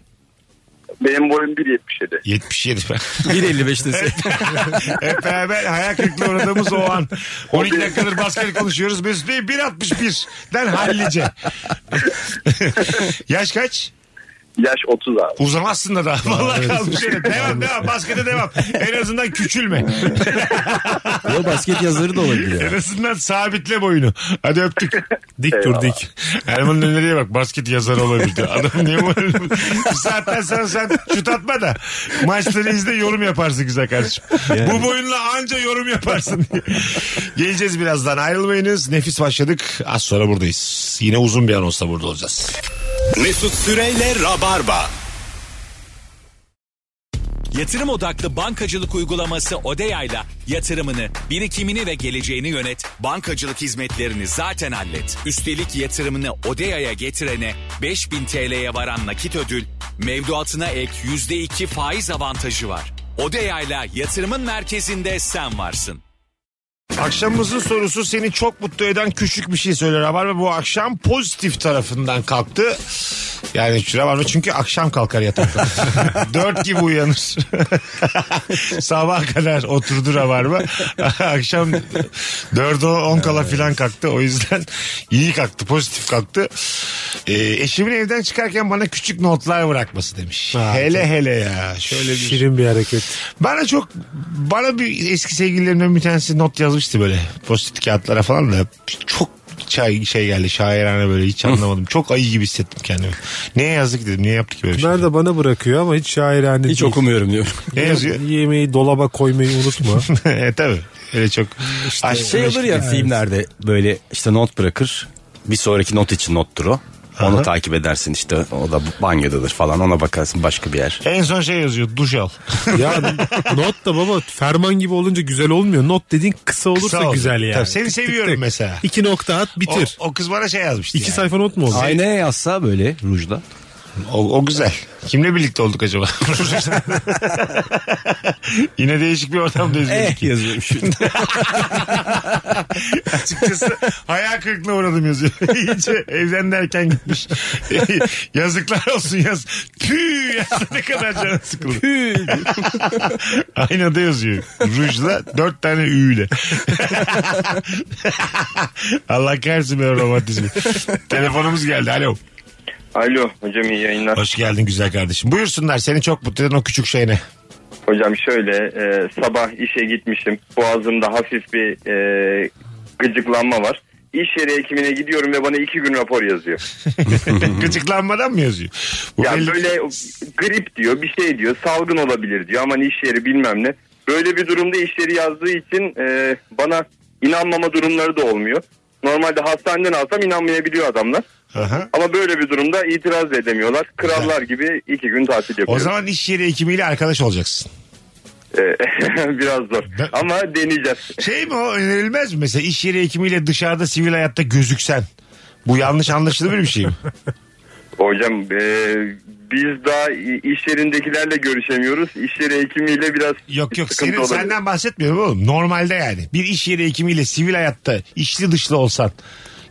[SPEAKER 8] Benim boyum 1.77.
[SPEAKER 3] 77.
[SPEAKER 5] 1.55'te
[SPEAKER 3] Hep beraber hayal kırıklığı uğradığımız o an. 12 dakikadır basket konuşuyoruz. Mesut Bey 1.61'den hallice. Yaş kaç?
[SPEAKER 8] Yaş 30 abi.
[SPEAKER 3] Uzamazsın da daha. Vallahi kalmış öyle. Devam devam. Baskete devam. En azından küçülme.
[SPEAKER 5] Ya basket yazarı da olabilir.
[SPEAKER 3] en
[SPEAKER 5] ya.
[SPEAKER 3] azından sabitle boyunu. Hadi öptük.
[SPEAKER 4] Dik dur dik.
[SPEAKER 3] Erman'ın öneriye bak. Basket yazarı olabilir. Adam niye bu? Bir saatten sonra sen şut atma da maçları izle yorum yaparsın güzel kardeşim. Bu boyunla anca yorum yaparsın diye. Geleceğiz birazdan. Ayrılmayınız. Nefis başladık. Az sonra buradayız. Yine uzun bir anonsla burada olacağız.
[SPEAKER 2] Mesut Süreyle Rabarba.
[SPEAKER 1] Yatırım odaklı bankacılık uygulaması Odeya'yla yatırımını, birikimini ve geleceğini yönet. Bankacılık hizmetlerini zaten hallet. Üstelik yatırımını Odeya'ya getirene 5000 TL'ye varan nakit ödül, mevduatına ek %2 faiz avantajı var. Odeya'yla yatırımın merkezinde sen varsın.
[SPEAKER 3] Akşamımızın sorusu seni çok mutlu eden küçük bir şey söyle Rabarba. Bu akşam pozitif tarafından kalktı. Yani şu Rabarba çünkü akşam kalkar yataktan. Dört gibi uyanır. Sabah kadar oturdu Rabarba. akşam dörde on kala filan kalktı. O yüzden iyi kalktı, pozitif kalktı. Ee, eşimin evden çıkarken bana küçük notlar bırakması demiş. hele hele ya. Şöyle bir
[SPEAKER 4] Şirin bir hareket.
[SPEAKER 3] bana çok bana bir eski sevgililerimden bir tanesi not yazmıştı böyle post-it kağıtlara falan da çok çay şey geldi şairane böyle hiç anlamadım. çok ayı gibi hissettim kendimi. Niye yazdık dedim. Niye yaptık böyle bir şey?
[SPEAKER 4] Bunlar da bana bırakıyor ama hiç şairane
[SPEAKER 5] Hiç
[SPEAKER 4] değil.
[SPEAKER 5] okumuyorum diyorum.
[SPEAKER 3] Ne yazıyor?
[SPEAKER 4] Yemeği dolaba koymayı unutma.
[SPEAKER 3] e tabii. Öyle çok. aşk
[SPEAKER 5] şey
[SPEAKER 3] meşk-
[SPEAKER 5] olur ya filmlerde böyle işte not bırakır. Bir sonraki not için nottur o. Onu takip edersin işte o da banyodadır falan ona bakarsın başka bir yer.
[SPEAKER 3] En son şey yazıyor. Duş al.
[SPEAKER 4] ya not da baba ferman gibi olunca güzel olmuyor. Not dediğin kısa olursa
[SPEAKER 3] Kısa olur.
[SPEAKER 4] güzel yani.
[SPEAKER 3] Tabii, seni seviyorum mesela.
[SPEAKER 4] İki nokta at
[SPEAKER 3] O,
[SPEAKER 4] bitir.
[SPEAKER 3] o kız bana şey yazmıştı.
[SPEAKER 4] İki
[SPEAKER 3] yani.
[SPEAKER 4] sayfa not mu olur?
[SPEAKER 5] Aynaya yazsa böyle rujla.
[SPEAKER 3] O, o güzel. Kimle birlikte olduk acaba? Yine değişik bir ortamdayız. gözüküyor.
[SPEAKER 5] Eh yazıyorum şimdi.
[SPEAKER 3] Açıkçası hayal kırıklığına uğradım yazıyor. İyice evden de erken gitmiş. Yazıklar olsun yaz. Püü yazsa ne kadar canı sıkılır. Aynada yazıyor. Rujla dört tane üyle. Allah kahretsin ben o romantizmi. Telefonumuz geldi. Alo.
[SPEAKER 8] Alo hocam iyi yayınlar.
[SPEAKER 3] Hoş geldin güzel kardeşim. Buyursunlar seni çok mutlu eden o küçük şey ne?
[SPEAKER 8] Hocam şöyle e, sabah işe gitmişim. Boğazımda hafif bir e, gıcıklanma var. İş yeri hekimine gidiyorum ve bana iki gün rapor yazıyor.
[SPEAKER 3] Gıcıklanmadan mı yazıyor? Bu
[SPEAKER 8] Ya
[SPEAKER 3] belli-
[SPEAKER 8] böyle grip diyor bir şey diyor salgın olabilir diyor aman iş yeri bilmem ne. Böyle bir durumda iş yeri yazdığı için e, bana inanmama durumları da olmuyor. Normalde hastaneden alsam inanmayabiliyor adamlar.
[SPEAKER 3] Aha.
[SPEAKER 8] Ama böyle bir durumda itiraz edemiyorlar. Krallar gibi iki gün tatil
[SPEAKER 3] O
[SPEAKER 8] yapıyoruz.
[SPEAKER 3] zaman iş yeri hekimiyle arkadaş olacaksın.
[SPEAKER 8] E, Biraz zor.
[SPEAKER 3] Ben-
[SPEAKER 8] Ama deneyeceğiz.
[SPEAKER 3] Şey mi o önerilmez mi? Mesela iş yeri hekimiyle dışarıda sivil hayatta gözüksen. Bu yanlış anlaşılabilir bir şey mi?
[SPEAKER 8] Hocam e, biz daha i- iş yerindekilerle görüşemiyoruz. İş yeri hekimiyle biraz
[SPEAKER 3] Yok yok
[SPEAKER 8] sıkıntı
[SPEAKER 3] senin,
[SPEAKER 8] olabilir.
[SPEAKER 3] senden bahsetmiyorum oğlum. Normalde yani bir iş yeri hekimiyle sivil hayatta içli dışlı olsan.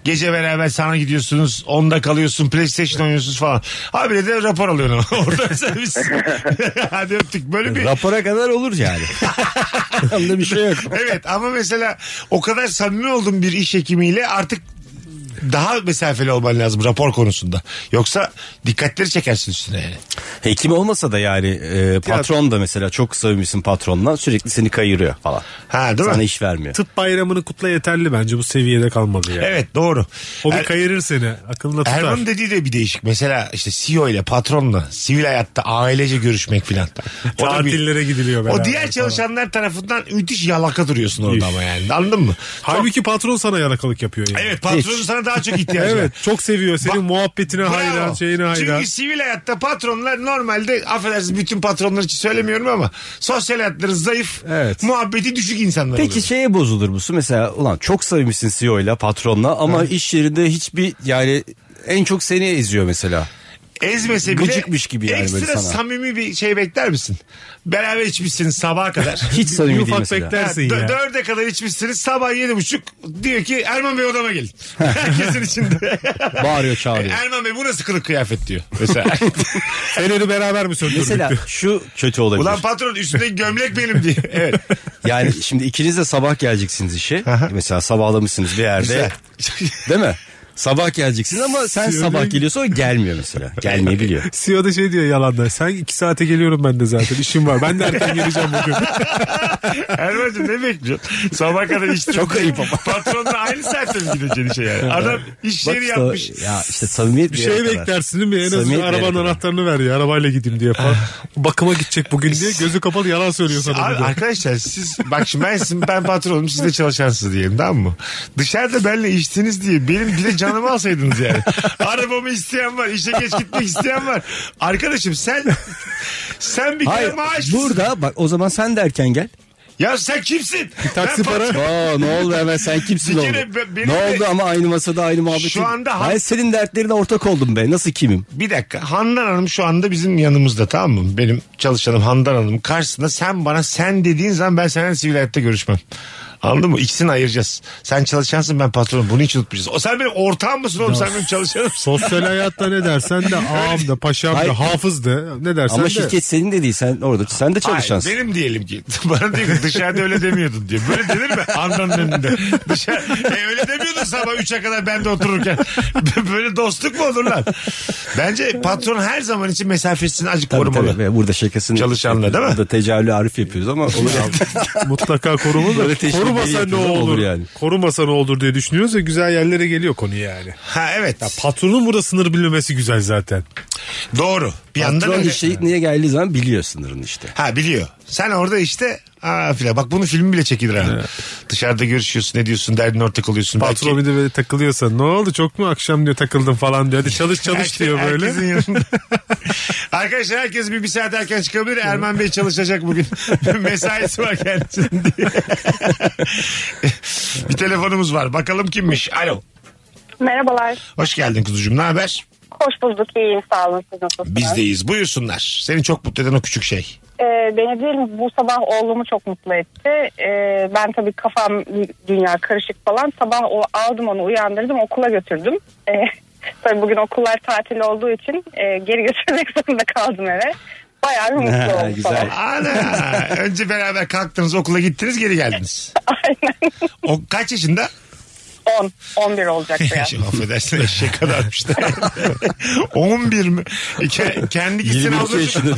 [SPEAKER 3] Gece beraber sana gidiyorsunuz. Onda kalıyorsun. PlayStation oynuyorsunuz falan. Abi de rapor alıyorsun ama. Orada servis. Hadi öptük. Böyle bir
[SPEAKER 5] Rapora kadar olur yani. Onda bir şey yok.
[SPEAKER 3] Evet ama mesela o kadar samimi oldum bir iş hekimiyle artık daha mesafeli olman lazım rapor konusunda. Yoksa dikkatleri çekersin üstüne yani.
[SPEAKER 5] Hekim olmasa da yani e, patron da mesela çok sevmişsin patronla sürekli seni kayırıyor falan.
[SPEAKER 3] Ha değil
[SPEAKER 5] Sana
[SPEAKER 3] mi?
[SPEAKER 5] iş vermiyor.
[SPEAKER 4] Tıp bayramını kutla yeterli bence bu seviyede kalmalı yani.
[SPEAKER 3] Evet doğru.
[SPEAKER 4] O bir
[SPEAKER 3] Er-
[SPEAKER 4] kayırır seni. Akılına tutar.
[SPEAKER 3] Erman dediği de bir değişik. Mesela işte CEO ile patronla sivil hayatta ailece görüşmek filan. O da bir-
[SPEAKER 4] Tatillere gidiliyor beraber.
[SPEAKER 3] O diğer
[SPEAKER 4] falan.
[SPEAKER 3] çalışanlar tarafından müthiş yalaka duruyorsun orada ama yani. Anladın mı?
[SPEAKER 4] Halbuki patron sana yalakalık yapıyor yani.
[SPEAKER 3] Evet patronun sana daha çok ihtiyacı var.
[SPEAKER 4] Evet çok seviyor senin
[SPEAKER 3] Bak-
[SPEAKER 4] muhabbetine
[SPEAKER 3] Bravo.
[SPEAKER 4] hayran şeyine hayran.
[SPEAKER 3] Çünkü sivil hayatta patronlar normalde affedersiniz bütün patronlar için söylemiyorum ama sosyal hayatları zayıf,
[SPEAKER 4] Evet.
[SPEAKER 3] muhabbeti düşük insanlar
[SPEAKER 5] Peki
[SPEAKER 3] oluyor.
[SPEAKER 5] şeye bozulur musun? Mesela ulan çok sevmişsin CEO'yla patronla ama iş yerinde hiçbir yani en çok seni eziyor mesela.
[SPEAKER 3] Ezmese bile
[SPEAKER 5] Gıcıkmış gibi yani
[SPEAKER 3] ekstra
[SPEAKER 5] böyle sana.
[SPEAKER 3] samimi bir şey bekler misin? Beraber içmişsiniz sabaha kadar.
[SPEAKER 5] Hiç samimi
[SPEAKER 4] Bir
[SPEAKER 5] değil
[SPEAKER 4] ufak
[SPEAKER 5] mesela.
[SPEAKER 4] beklersin
[SPEAKER 3] Ha, dö-
[SPEAKER 4] ya.
[SPEAKER 3] Dörde kadar içmişsiniz sabah yedi buçuk diyor ki Erman Bey odama gelin. Herkesin içinde. E,
[SPEAKER 5] Bağırıyor çağırıyor.
[SPEAKER 3] Erman Bey bu nasıl kılık kıyafet diyor. Mesela.
[SPEAKER 4] Feneri beraber mi söndürdük?
[SPEAKER 5] Mesela şu kötü olabilir.
[SPEAKER 3] Ulan patron üstündeki gömlek benim diye. Evet.
[SPEAKER 5] Yani şimdi ikiniz de sabah geleceksiniz işe. Mesela sabahlamışsınız bir yerde.
[SPEAKER 3] Güzel.
[SPEAKER 5] Değil mi? Sabah geleceksin ama sen
[SPEAKER 4] Siyon'un-
[SPEAKER 5] sabah geliyorsun sonra gelmiyor mesela. Gelmeyebiliyor.
[SPEAKER 4] CEO da şey diyor yalandan. Sen iki saate geliyorum ben de zaten. işim var. Ben de erken geleceğim bugün.
[SPEAKER 3] Erman'cığım ne bekliyorsun? Sabah kadar işte. Çok ayıp ama. Patronla aynı saatte mi gideceksin işe yani? Adam iş
[SPEAKER 5] Bak
[SPEAKER 3] yeri
[SPEAKER 5] işte o-
[SPEAKER 3] şey yapmış.
[SPEAKER 5] Ya işte samimiyet
[SPEAKER 4] Bir
[SPEAKER 5] bir
[SPEAKER 4] şey
[SPEAKER 5] yere kadar.
[SPEAKER 4] beklersin değil mi? En azından
[SPEAKER 5] Samimiyet bir yere
[SPEAKER 4] arabanın
[SPEAKER 5] kadar.
[SPEAKER 4] anahtarını ver ya. Arabayla gideyim diye falan. Bakıma gidecek bugün diye. Gözü kapalı yalan söylüyor sana.
[SPEAKER 3] Abi,
[SPEAKER 4] bir de.
[SPEAKER 3] arkadaşlar siz bak şimdi ben, sizin, ben patronum siz de çalışansınız diyelim tamam mı? Dışarıda benle içtiniz diye benim bir de canımı alsaydınız yani. Arabamı isteyen var işe geç gitmek isteyen var. Arkadaşım sen sen bir kere
[SPEAKER 5] Hayır
[SPEAKER 3] maaş
[SPEAKER 5] burada bak o zaman sen de erken gel.
[SPEAKER 3] Ya sen kimsin?
[SPEAKER 4] taksi
[SPEAKER 3] Ben
[SPEAKER 4] para-
[SPEAKER 3] patron-
[SPEAKER 5] Aa, ne oldu hemen sen kimsin
[SPEAKER 3] Bir
[SPEAKER 5] oldu?
[SPEAKER 3] kere be- benim
[SPEAKER 5] Ne
[SPEAKER 3] de-
[SPEAKER 5] oldu ama aynı masada aynı muhabbet.
[SPEAKER 3] Şu anda ha-
[SPEAKER 5] Ben senin dertlerine ortak oldum be. Nasıl kimim?
[SPEAKER 3] Bir dakika Handan Hanım şu anda bizim yanımızda tamam mı? Benim çalışanım Handan Hanım karşısında sen bana sen dediğin zaman ben seninle sivil hayatta görüşmem. Anladın mı? İkisini ayıracağız. Sen çalışansın ben patronum. Bunu hiç unutmayacağız. O sen benim ortağım mısın oğlum? Sen benim çalışanım.
[SPEAKER 4] Sosyal hayatta ne dersen de ağam da paşam
[SPEAKER 5] Hayır.
[SPEAKER 4] da hafız da ne dersen
[SPEAKER 5] ama
[SPEAKER 4] de.
[SPEAKER 5] şirket senin de değil. Sen orada sen de çalışansın.
[SPEAKER 3] Hayır, benim diyelim ki. Bana diyor ki dışarıda öyle demiyordun diye. Böyle denir mi? Andanın önünde. Dışarı, e, öyle demiyordun sabah 3'e kadar ben de otururken. Böyle dostluk mu olur lan? Bence patron her zaman için mesafesini azıcık
[SPEAKER 5] Tabii,
[SPEAKER 3] korumalı.
[SPEAKER 5] tabii. Ve Burada şirketin
[SPEAKER 3] Çalışanla, değil mi?
[SPEAKER 5] Burada tecavülü arif yapıyoruz ama olur
[SPEAKER 4] Mutlaka korunur.
[SPEAKER 5] Böyle
[SPEAKER 4] da
[SPEAKER 5] teşvikleri
[SPEAKER 4] Korumasa ne
[SPEAKER 5] yapıyoruz ama
[SPEAKER 4] olur?
[SPEAKER 5] olur yani.
[SPEAKER 4] Korumasa ne olur diye düşünüyoruz ya güzel yerlere geliyor konu yani.
[SPEAKER 3] Ha evet.
[SPEAKER 4] Patronun burada sınır bilmemesi güzel zaten.
[SPEAKER 3] Doğru. Bir yandan
[SPEAKER 5] Patron
[SPEAKER 3] öyle.
[SPEAKER 5] işe niye geldiği zaman biliyor sınırını işte.
[SPEAKER 3] Ha biliyor. Sen orada işte aa filan. Bak bunun filmi bile çekilir ha. Dışarıda görüşüyorsun, ne diyorsun, derdine ortak oluyorsun.
[SPEAKER 4] Patron bir de böyle takılıyorsa ne oldu çok mu akşam diyor takıldım falan diyor. Hadi çalış çalış
[SPEAKER 3] Herkes-
[SPEAKER 4] diyor böyle.
[SPEAKER 3] herkesin yanında. Arkadaşlar herkes bir, bir saat erken çıkabilir. Erman Bey çalışacak bugün. Mesaisi var kendisinin diye. bir telefonumuz var. Bakalım kimmiş? Alo.
[SPEAKER 10] Merhabalar.
[SPEAKER 3] Hoş geldin kuzucuğum. Ne haber?
[SPEAKER 10] Hoş bulduk. İyiyim. Sağ olun. Siz nasılsınız?
[SPEAKER 3] Bizdeyiz. Buyursunlar. Seni çok mutlu eden o küçük şey.
[SPEAKER 10] Ee, beni değil bu sabah oğlumu çok mutlu etti. Ee, ben tabii kafam dünya karışık falan. Sabah o aldım onu uyandırdım okula götürdüm. Ee, tabii bugün okullar tatil olduğu için e, geri götürmek zorunda kaldım eve. Bayağı bir mutlu
[SPEAKER 5] Ha,
[SPEAKER 10] oldu
[SPEAKER 5] güzel.
[SPEAKER 10] falan.
[SPEAKER 3] Ana. Önce beraber kalktınız okula gittiniz geri geldiniz.
[SPEAKER 10] Aynen.
[SPEAKER 3] O kaç yaşında?
[SPEAKER 10] 10, 11 olacak bu yaz.
[SPEAKER 3] Şimdi affedersin eşek kadarmış da. 11 mi? E, ke- kendi gitsin
[SPEAKER 5] 22
[SPEAKER 3] ablasın.
[SPEAKER 5] yaşında.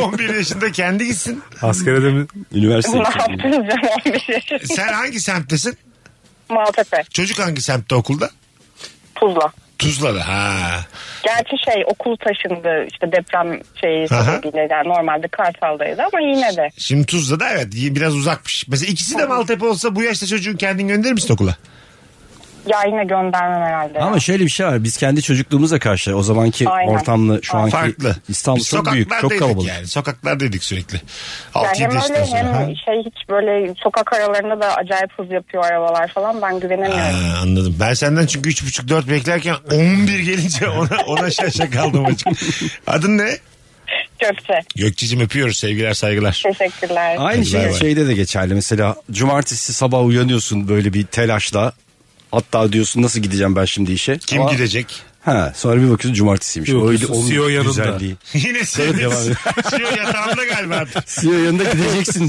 [SPEAKER 3] 11 yaşında kendi gitsin.
[SPEAKER 4] Askerede mi?
[SPEAKER 5] Üniversite.
[SPEAKER 10] ne yaptınız canım 15 yaşında?
[SPEAKER 3] Sen hangi semttesin?
[SPEAKER 10] şey. Maltepe,
[SPEAKER 3] Çocuk hangi semtte okulda?
[SPEAKER 10] Tuzla.
[SPEAKER 3] Tuzla'da. Ha.
[SPEAKER 10] Gerçi şey okul taşındı işte deprem şeyi
[SPEAKER 3] Aha.
[SPEAKER 10] sebebiyle yani normalde Kartal'daydı ama yine de.
[SPEAKER 3] Şimdi Tuzla'da evet biraz uzakmış. Mesela ikisi de Maltepe olsa bu yaşta çocuğun kendini gönderir misin okula?
[SPEAKER 10] Ya yine göndermem herhalde.
[SPEAKER 5] Ama şöyle bir şey var. Biz kendi çocukluğumuza karşı o zamanki
[SPEAKER 10] Aynen.
[SPEAKER 5] ortamla şu anki
[SPEAKER 3] Farklı.
[SPEAKER 5] İstanbul
[SPEAKER 3] Biz
[SPEAKER 5] çok büyük, çok
[SPEAKER 3] sokaklardaydık
[SPEAKER 5] kalabalık.
[SPEAKER 3] Yani. Sokaklardaydık sürekli.
[SPEAKER 10] Ya
[SPEAKER 3] 6-7
[SPEAKER 10] hem
[SPEAKER 3] yaşından
[SPEAKER 10] öyle
[SPEAKER 3] sonra.
[SPEAKER 10] hem
[SPEAKER 3] Ha.
[SPEAKER 10] şey hiç böyle sokak aralarında da acayip hız yapıyor arabalar falan ben güvenemiyorum.
[SPEAKER 3] Ha, anladım. Ben senden çünkü 3,5-4 beklerken 11 gelince ona, ona şaşa kaldım açık. Adın ne?
[SPEAKER 10] Gökçe
[SPEAKER 3] Gökçe'cim öpüyoruz sevgiler saygılar.
[SPEAKER 10] teşekkürler.
[SPEAKER 5] Aynı
[SPEAKER 3] Hadi bay
[SPEAKER 5] şey
[SPEAKER 3] bay.
[SPEAKER 5] şeyde de geçerli. Mesela cumartesi sabah uyanıyorsun böyle bir telaşla. Hatta diyorsun nasıl gideceğim ben şimdi işe?
[SPEAKER 3] Kim
[SPEAKER 5] Ama-
[SPEAKER 3] gidecek?
[SPEAKER 5] Ha, sonra bir bakıyorsun cumartesiymiş.
[SPEAKER 4] Yok,
[SPEAKER 5] Öyle
[SPEAKER 4] CEO
[SPEAKER 5] onun
[SPEAKER 3] E
[SPEAKER 4] yanında.
[SPEAKER 5] güzelliği.
[SPEAKER 3] Yine CEO
[SPEAKER 5] devam edelim.
[SPEAKER 3] CEO yatağında galiba.
[SPEAKER 5] CEO E yanında gideceksin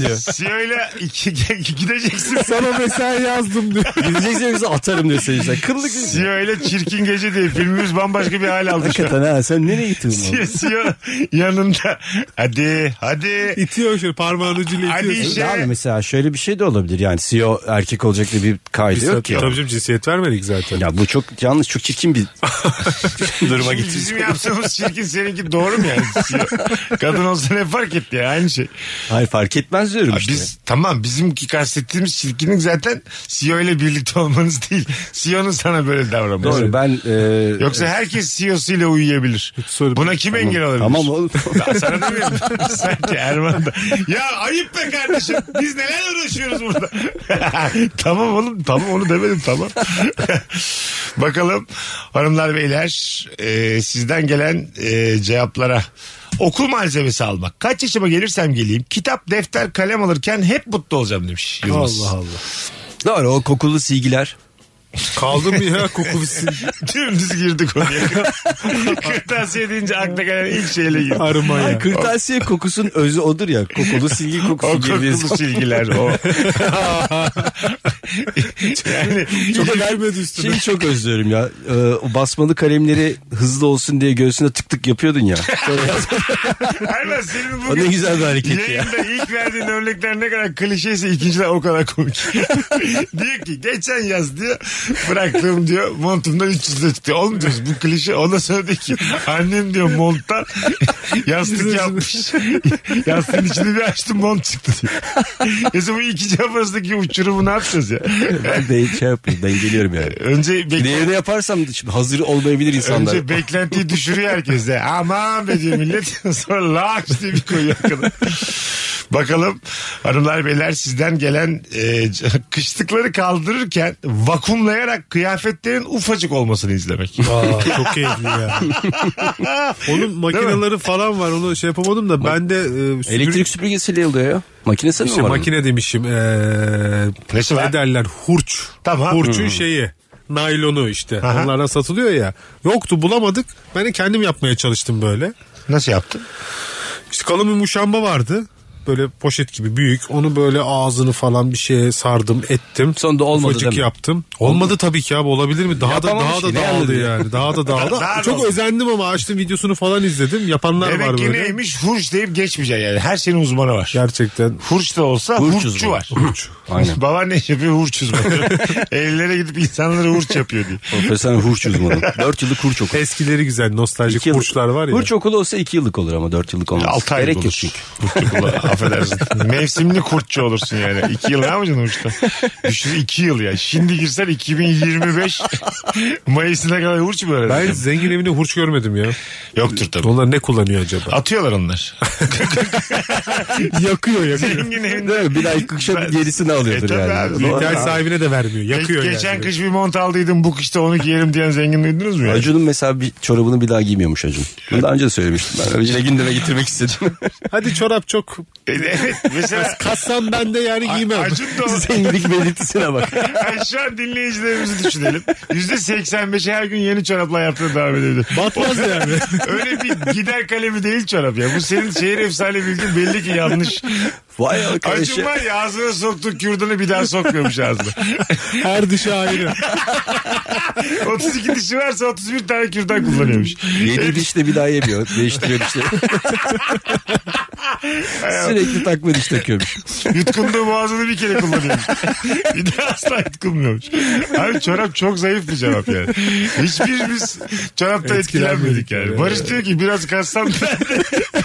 [SPEAKER 5] diyor.
[SPEAKER 3] CEO ile iki, gideceksin.
[SPEAKER 4] Sana mesai yazdım diyor.
[SPEAKER 5] gideceksin yoksa atarım diyor seni. Sen Kıllık.
[SPEAKER 3] CEO ile çirkin gece diye filmimiz bambaşka bir hal aldı şu an.
[SPEAKER 5] Hakikaten ha sen nereye gittin?
[SPEAKER 3] Şey-
[SPEAKER 5] oğlum?
[SPEAKER 3] CEO yanında. Hadi hadi.
[SPEAKER 4] İtiyor şöyle parmağın ucuyla
[SPEAKER 3] Hadi
[SPEAKER 4] itiyor.
[SPEAKER 3] işe.
[SPEAKER 5] Abi E, mesela şöyle bir şey de olabilir yani CEO erkek olacak diye bir kaydı
[SPEAKER 4] Biz
[SPEAKER 5] yok ki.
[SPEAKER 4] tabii canım cinsiyet vermedik zaten.
[SPEAKER 5] Ya bu çok yanlış çok çirkin bir duruma
[SPEAKER 3] Şimdi
[SPEAKER 5] gitti.
[SPEAKER 3] bizim yaptığımız çirkin seninki doğru mu yani? CEO? Kadın olsa ne fark etti ya aynı şey.
[SPEAKER 5] Hayır fark etmez diyorum
[SPEAKER 3] Ya
[SPEAKER 5] işte.
[SPEAKER 3] Biz tamam bizimki kastettiğimiz çirkinlik zaten CEO ile birlikte olmanız değil. CEO'nun sana böyle davranması.
[SPEAKER 5] Doğru ben e,
[SPEAKER 3] Yoksa herkes CEO'su ile uyuyabilir.
[SPEAKER 4] sorun-
[SPEAKER 3] Buna kim engel olabilir?
[SPEAKER 5] tamam oğlum.
[SPEAKER 3] Ya Sana demiyorum. Sanki Erman da. Ya ayıp be kardeşim. Biz neler uğraşıyoruz burada. tamam oğlum. Tamam onu demedim tamam. Bakalım hanımlar beyler e, sizden gelen e, cevaplara. Okul malzemesi almak. Kaç yaşıma gelirsem geleyim kitap, defter, kalem alırken hep mutlu olacağım demiş Yılmaz.
[SPEAKER 4] Allah Allah.
[SPEAKER 5] Doğru o kokulu silgiler.
[SPEAKER 4] Kaldım ya koku
[SPEAKER 3] Dümdüz girdik oraya. Kırtasiye deyince akla gelen ilk şeyle girdik.
[SPEAKER 4] arıma ya.
[SPEAKER 5] Kırtasiye kokusun özü odur ya. Kokulu silgi
[SPEAKER 3] O
[SPEAKER 5] kokusu gibi.
[SPEAKER 3] kokulu silgiler o. yani
[SPEAKER 5] Çok
[SPEAKER 3] iyice
[SPEAKER 5] vermedi üstüne. Şeyi çok özlüyorum ya. Ee, o basmalı kalemleri hızlı olsun diye göğsüne tık tık yapıyordun ya. Sonra
[SPEAKER 3] Aynen senin
[SPEAKER 5] O
[SPEAKER 3] bugün
[SPEAKER 5] ne güzel bir hareket ya.
[SPEAKER 3] yayında ilk verdiğin örnekler ne kadar klişeyse ikinciler o kadar komik. diyor ki geçen yaz diyor bıraktığım diyor montumdan 300 lira çıktı. Oğlum diyoruz bu klişe o da söyledi ki annem diyor monttan yastık yapmış. Yastığın içini bir açtım mont çıktı diyor. Mesela bu iki cevap arasındaki uçurumu ne yapacağız ya?
[SPEAKER 5] ben de şey yapayım ben geliyorum yani.
[SPEAKER 3] Önce
[SPEAKER 5] Bir de
[SPEAKER 3] bekle.
[SPEAKER 5] evde yaparsam şimdi hazır olmayabilir insanlar.
[SPEAKER 3] Önce beklentiyi düşürüyor herkes de. Aman be diyor millet. Sonra laks diye bir koyuyor kadın. Bakalım hanımlar beyler sizden gelen e, c- kışlıkları kaldırırken vakumlayarak kıyafetlerin ufacık olmasını izlemek.
[SPEAKER 4] Aa, çok keyifli ya. Onun makineleri falan var onu şey yapamadım da ben de e, süpürge-
[SPEAKER 5] Elektrik süpürgesiyle yılıyor ya. Makinesi mi
[SPEAKER 4] İşte
[SPEAKER 5] var? onun?
[SPEAKER 4] makine demişim. Ee,
[SPEAKER 3] Nesi var?
[SPEAKER 4] ne derler? Hurç.
[SPEAKER 3] Tamam. Hmm.
[SPEAKER 4] Hurçun şeyi. Naylonu işte.
[SPEAKER 3] Aha.
[SPEAKER 4] Onlardan satılıyor ya. Yoktu bulamadık. Ben de kendim yapmaya çalıştım böyle.
[SPEAKER 3] Nasıl yaptın?
[SPEAKER 4] İşte kalın bir muşamba vardı. Böyle poşet gibi büyük. Onu böyle ağzını falan bir şeye sardım ettim.
[SPEAKER 5] Sonra da olmadı
[SPEAKER 4] Ufacık
[SPEAKER 5] değil mi?
[SPEAKER 4] yapım. Olmadı tabii ki abi olabilir mi? Daha da
[SPEAKER 5] Yapamamış
[SPEAKER 4] daha da
[SPEAKER 5] ki, ne
[SPEAKER 4] dağıldı
[SPEAKER 5] anladın ya?
[SPEAKER 4] yani. Daha da dağıldı.
[SPEAKER 3] Daha da
[SPEAKER 4] Çok
[SPEAKER 3] oldu.
[SPEAKER 4] özendim ama açtım videosunu falan izledim. Yapanlar var
[SPEAKER 3] Demek ki
[SPEAKER 4] böyle.
[SPEAKER 3] neymiş hurç deyip geçmeyeceksin yani. Her şeyin uzmanı var.
[SPEAKER 4] Gerçekten.
[SPEAKER 3] Hurç da olsa
[SPEAKER 5] Hurç
[SPEAKER 3] hurççu
[SPEAKER 5] uzmanı.
[SPEAKER 3] var.
[SPEAKER 5] Aynen.
[SPEAKER 3] Babaanne yapıyor hurç uzmanı. Evlere gidip insanlara hurç yapıyor diye.
[SPEAKER 5] Profesyonel hurç uzmanı. 4 yıllık hurç okulu.
[SPEAKER 4] Eskileri güzel nostaljik
[SPEAKER 5] İki yıllık-
[SPEAKER 4] hurçlar var ya.
[SPEAKER 5] Hurç okulu olsa 2 yıllık olur ama 4 yıllık olmaz.
[SPEAKER 3] 6 aylık
[SPEAKER 5] Gerek
[SPEAKER 3] olur.
[SPEAKER 5] yok çünkü.
[SPEAKER 3] Kurtkulu, affedersin. Mevsimli kurtçu olursun yani. 2 yıl ne yapacaksın uçta? Düşün 2 yıl ya. Şimdi girsen 2025 Mayıs'ına kadar hurç mu öğreneceksin?
[SPEAKER 4] Ben zengin evinde hurç görmedim ya.
[SPEAKER 3] Yoktur tabii.
[SPEAKER 4] Onlar ne kullanıyor acaba?
[SPEAKER 3] Atıyorlar onlar.
[SPEAKER 4] yakıyor yakıyor.
[SPEAKER 3] Zengin
[SPEAKER 5] Değil
[SPEAKER 3] evinde.
[SPEAKER 5] mi? Bir ay
[SPEAKER 3] Ben-
[SPEAKER 5] kışa gerisini alıyordur
[SPEAKER 3] E, tabii abi.
[SPEAKER 5] yani. Doğru.
[SPEAKER 4] İhtiyaç sahibine de vermiyor. Yakıyor
[SPEAKER 3] Ge-
[SPEAKER 4] yani.
[SPEAKER 3] geçen kış bir mont aldıydım bu kışta onu giyerim diyen zengin duydunuz mu? Yani?
[SPEAKER 5] Acun'un mesela bir çorabını bir daha giymiyormuş Acun. Bunu daha önce de söylemiştim ben. Önce gündeme getirmek istedim.
[SPEAKER 4] Hadi çorap çok.
[SPEAKER 3] E, evet mesela
[SPEAKER 4] Kassam ben de yani giymem.
[SPEAKER 3] Acun da o-
[SPEAKER 5] Zenginlik belirtisine bak.
[SPEAKER 3] Yani şu an dinleyicilerimizi düşünelim. %85'i her gün yeni çorapla hayatına devam edebilir.
[SPEAKER 4] Batmaz yani.
[SPEAKER 3] Öyle bir gider kalemi değil çorap ya. Bu senin şehir efsane bilgin belli ki yanlış.
[SPEAKER 5] Vay arkadaş
[SPEAKER 4] şey-
[SPEAKER 3] Acun
[SPEAKER 5] ya.
[SPEAKER 3] var ya ağzına soktuğu kürdanı bir daha sokmuyormuş ağzına.
[SPEAKER 4] Her dışı ayrı.
[SPEAKER 3] 32 dişi varsa 31 tane kürdan kullanıyormuş. Şey
[SPEAKER 5] Yediği diş de bir daha yemiyor. Değiştiriyor dişleri. Sürekli takma diş takıyormuş.
[SPEAKER 3] Yutkunduğu boğazını bir kere kullanıyormuş. bir de asla yutkunmuyormuş. Abi çorap çok zayıf bir cevap yani. Hiçbirimiz çorapta etkilenmedik yani. Barış diyor ki biraz kassam ben de,